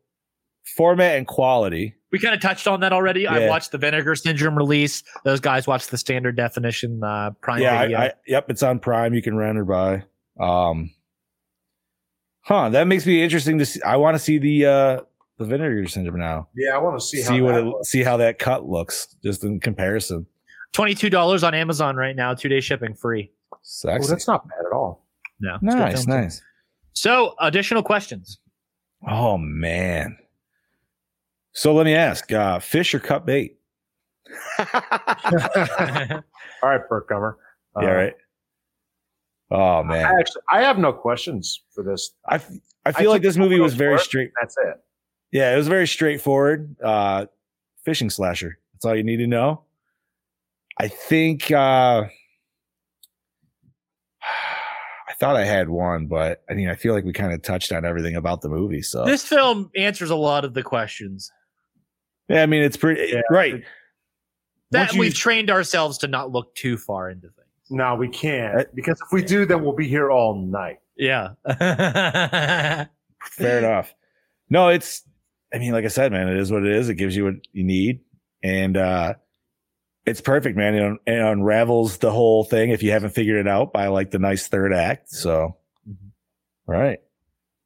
[SPEAKER 3] format and quality.
[SPEAKER 2] We kind of touched on that already.
[SPEAKER 3] Yeah.
[SPEAKER 2] I watched the Vinegar Syndrome release. Those guys watched the standard definition uh, Prime
[SPEAKER 3] yeah,
[SPEAKER 2] Video.
[SPEAKER 3] I, I, yep, it's on Prime. You can rent or buy. Um, huh? That makes me interesting to see. I want to see the uh the vinegar syndrome now.
[SPEAKER 4] Yeah, I want to see,
[SPEAKER 3] See,
[SPEAKER 4] how
[SPEAKER 3] what
[SPEAKER 4] that
[SPEAKER 3] it,
[SPEAKER 4] looks.
[SPEAKER 3] see how that cut looks just in comparison.
[SPEAKER 2] Twenty-two dollars on Amazon right now. Two day shipping free.
[SPEAKER 4] Oh,
[SPEAKER 3] Sexy.
[SPEAKER 4] that's not bad at all.
[SPEAKER 2] No, it's a good
[SPEAKER 3] nice,
[SPEAKER 2] film.
[SPEAKER 3] nice.
[SPEAKER 2] So, additional questions.
[SPEAKER 3] Oh man. So let me ask, uh, fish or cut bait?
[SPEAKER 4] All right, Perkcomer.
[SPEAKER 3] yeah, right. Oh man,
[SPEAKER 4] Uh, I actually, I have no questions for this.
[SPEAKER 3] I f- I feel
[SPEAKER 4] I
[SPEAKER 3] like
[SPEAKER 4] took
[SPEAKER 3] this movie was
[SPEAKER 4] photos
[SPEAKER 3] very
[SPEAKER 4] for it.
[SPEAKER 3] straight.
[SPEAKER 4] That's it.
[SPEAKER 3] Yeah, it was very straightforward. Uh, fishing slasher. That's all you need to know. I think uh, I thought I had one, but I mean, I feel like we kind of touched on everything about the movie. So
[SPEAKER 2] This film answers a lot of the questions
[SPEAKER 3] yeah, I mean, it's pretty
[SPEAKER 4] Yeah.
[SPEAKER 3] right.
[SPEAKER 2] that
[SPEAKER 3] Once you-
[SPEAKER 2] we've trained ourselves to not look too far into things.
[SPEAKER 4] No, we
[SPEAKER 3] Uh,
[SPEAKER 4] can't because if we do, then we'll be here all night.
[SPEAKER 2] Yeah.
[SPEAKER 3] Fair enough. No, it's I mean, like I said, man, it is what it is. It gives you what you need. And uh it's perfect, man. It, un- it unravels the whole thing if you haven't figured it out by like the nice third act. So, all right.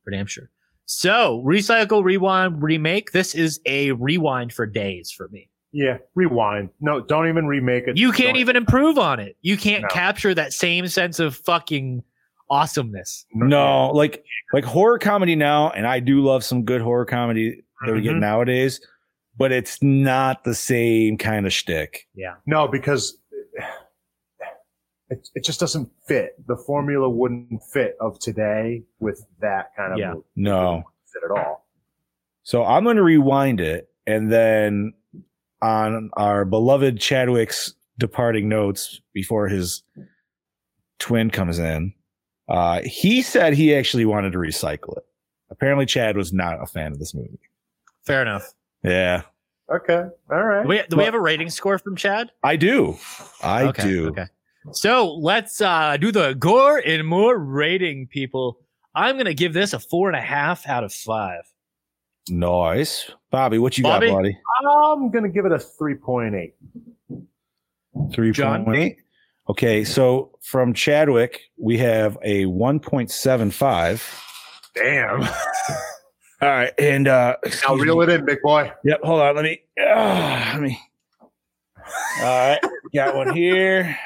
[SPEAKER 2] for damn sure. So, recycle, rewind, remake. This is a rewind for days for me.
[SPEAKER 4] Yeah, rewind. No, don't even remake it.
[SPEAKER 2] You can't
[SPEAKER 4] Don't-
[SPEAKER 2] even improve on it. You can't
[SPEAKER 4] No.
[SPEAKER 2] capture that same sense of fucking awesomeness.
[SPEAKER 3] No, like like horror comedy now, and I do love some good horror comedy that we get
[SPEAKER 4] Mhm.
[SPEAKER 3] nowadays, but it's not the same kind of shtick.
[SPEAKER 2] Yeah.
[SPEAKER 4] No, because it, it just doesn't fit. The formula wouldn't fit of today with that kind of
[SPEAKER 2] Yeah.
[SPEAKER 4] movie.
[SPEAKER 3] No.
[SPEAKER 4] fit at all.
[SPEAKER 3] So I'm going to rewind it, and then on our beloved Chadwick's departing notes before his twin comes in, uh, he said he actually wanted to recycle it. Apparently, Chad was not a fan of this movie.
[SPEAKER 2] Fair enough.
[SPEAKER 3] Yeah,
[SPEAKER 4] Okay, all right.
[SPEAKER 2] Do we, do we have a rating score from Chad?
[SPEAKER 3] I do. I
[SPEAKER 2] okay,
[SPEAKER 3] do.
[SPEAKER 2] Okay. So let's uh, do the gore and more rating, people. I'm gonna give this a four and a half out of five.
[SPEAKER 3] Nice, Bobby. What you
[SPEAKER 2] Bobby?
[SPEAKER 3] got, buddy?
[SPEAKER 4] I'm gonna give it a three point eight.
[SPEAKER 3] Three
[SPEAKER 2] John?
[SPEAKER 3] point eight. Okay, so from Chadwick, we have a one point seven five.
[SPEAKER 4] Damn.
[SPEAKER 3] All right, and uh,
[SPEAKER 4] Now
[SPEAKER 3] excuse me.
[SPEAKER 4] reel it in, big boy.
[SPEAKER 3] Yep. Hold on. Let me. ah, let me. All right. Got one here.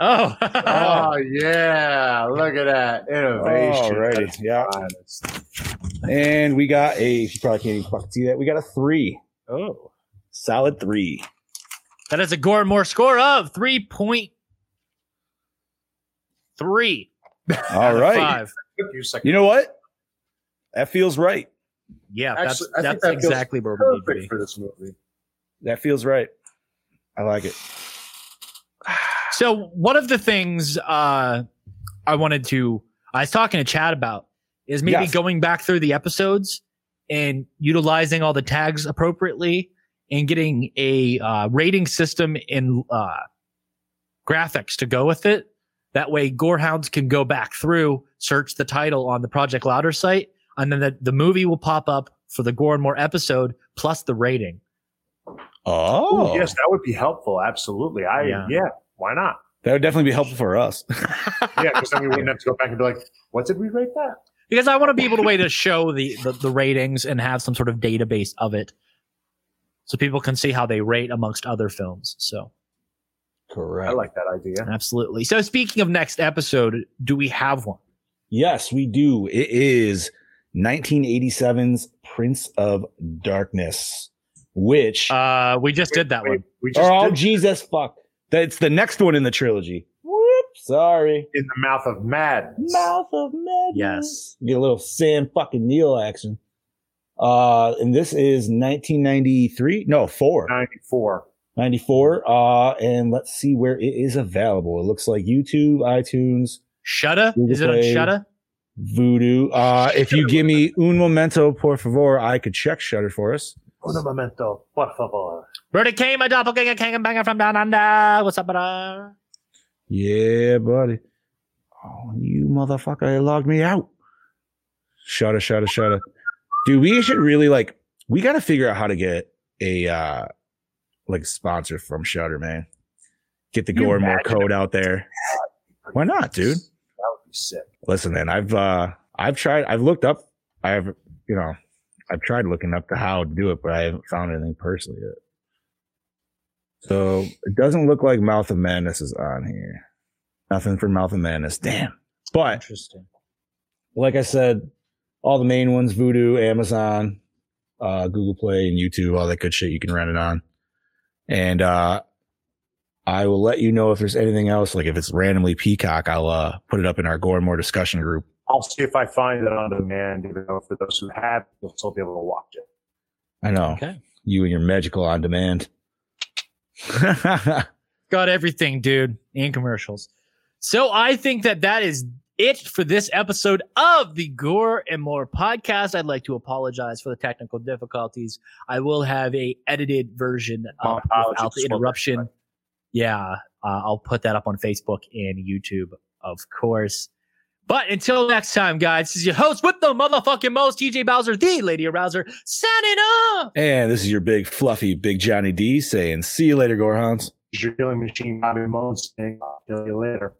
[SPEAKER 2] Oh,
[SPEAKER 4] Oh yeah, look at that innovation.
[SPEAKER 3] Alrighty, yeah.
[SPEAKER 4] That's fine.
[SPEAKER 3] And we got a. You probably can't even fucking see that. We got a three.
[SPEAKER 2] oh,
[SPEAKER 3] Solid three.
[SPEAKER 2] that is a gore and more score of three point three.
[SPEAKER 3] All right.
[SPEAKER 2] Five.
[SPEAKER 4] Took you a second.
[SPEAKER 3] You know what? That feels right.
[SPEAKER 2] Yeah,
[SPEAKER 4] Actually, I
[SPEAKER 2] that's
[SPEAKER 4] think
[SPEAKER 2] that's
[SPEAKER 4] that feels
[SPEAKER 2] exactly where we need to
[SPEAKER 4] perfect
[SPEAKER 2] be.
[SPEAKER 4] for this movie.
[SPEAKER 3] That feels right. I like it.
[SPEAKER 2] So one of the things uh, I wanted to I was talking to Chad about is maybe
[SPEAKER 3] Yes.
[SPEAKER 2] going back through the episodes and utilizing all the tags appropriately and getting a uh, rating system and uh, graphics to go with it. That way, gorehounds can go back through, search the title on the Project Louder site, and then the, the movie will pop up for the Gore and More episode plus the rating.
[SPEAKER 3] Oh,
[SPEAKER 4] Ooh, yes, that would be helpful. Absolutely. I
[SPEAKER 2] Yeah.
[SPEAKER 4] yeah. why not?
[SPEAKER 3] That would definitely be helpful for us.
[SPEAKER 4] Yeah, because then we wouldn't have to go back and be like, what did we rate that?
[SPEAKER 2] because I want to be able to way to show the, the the ratings and have some sort of database of it, so people can see how they rate amongst other films. So
[SPEAKER 3] Correct.
[SPEAKER 4] I like that idea.
[SPEAKER 2] absolutely. So speaking of next episode, do we have one?
[SPEAKER 3] Yes, we do. It is 1987's Prince of Darkness, which
[SPEAKER 2] Uh, we just did that
[SPEAKER 4] Wait,
[SPEAKER 2] one.
[SPEAKER 4] we just
[SPEAKER 3] Or oh,
[SPEAKER 4] did
[SPEAKER 3] Jesus, fuck. That's the next one in the trilogy. Whoop. Sorry.
[SPEAKER 4] in the mouth of madness.
[SPEAKER 3] Mouth of Madness.
[SPEAKER 2] Yes.
[SPEAKER 3] Get a little Sam fucking Neil action. Uh, and this is 1993. No, four.
[SPEAKER 4] Uh, 94.
[SPEAKER 3] 94. Uh, and let's see where it is available. It looks like YouTube, iTunes,
[SPEAKER 2] Shudda?
[SPEAKER 3] Google
[SPEAKER 2] Is it on
[SPEAKER 3] Play.
[SPEAKER 2] Shudda?
[SPEAKER 3] Voodoo. Uh, if you give me un momento, por favor, I could check Shutter for us.
[SPEAKER 4] Un momento, por favor.
[SPEAKER 2] Brody came a doppelganger, king and banger from down under. What's up, brother?
[SPEAKER 3] Yeah, buddy. Oh, you motherfucker, it logged me out. Shut up, shut up, shut up. Dude, we should really like we gotta figure out how to get a uh like sponsor from Shutter, man. Get the
[SPEAKER 4] You
[SPEAKER 3] Gore More
[SPEAKER 4] imagine?
[SPEAKER 3] code out there. Why not, dude?
[SPEAKER 4] That would be sick.
[SPEAKER 3] Listen, man, I've uh I've tried I've looked up I've you know I've tried looking up to how to do it, but I haven't found anything personally yet. So it doesn't look like Mouth of Madness is on here. Nothing for Mouth of Madness. Damn. But
[SPEAKER 2] Interesting.
[SPEAKER 3] like I said, all the main ones, Voodoo, Amazon, uh, Google Play, and YouTube, all that good shit you can rent it on. And uh I will let you know if there's anything else. Like if it's randomly Peacock, I'll uh put it up in our Gore and More discussion group.
[SPEAKER 4] I'll see if I find it on demand, even though for those who have, you'll still be able to watch it.
[SPEAKER 3] I know.
[SPEAKER 2] Okay.
[SPEAKER 3] You and your magical on demand.
[SPEAKER 2] Got everything, dude, and commercials. So I think that that is it for this episode of the Gore and More podcast. I'd like to apologize for the technical difficulties. I will have a edited version
[SPEAKER 4] My
[SPEAKER 2] up
[SPEAKER 4] apologies
[SPEAKER 2] without the
[SPEAKER 4] for that.
[SPEAKER 2] interruption. Yeah, uh, I'll put that up on Facebook and YouTube, of course. But until next time, guys, this is your host with the motherfucking most, TJ Bowser, the Lady Arouser, signing off.
[SPEAKER 3] and this is your big fluffy big Johnny D saying, see you later, Gorhans.
[SPEAKER 4] is your killing machine, Bobby Moan, saying, I'll kill you later.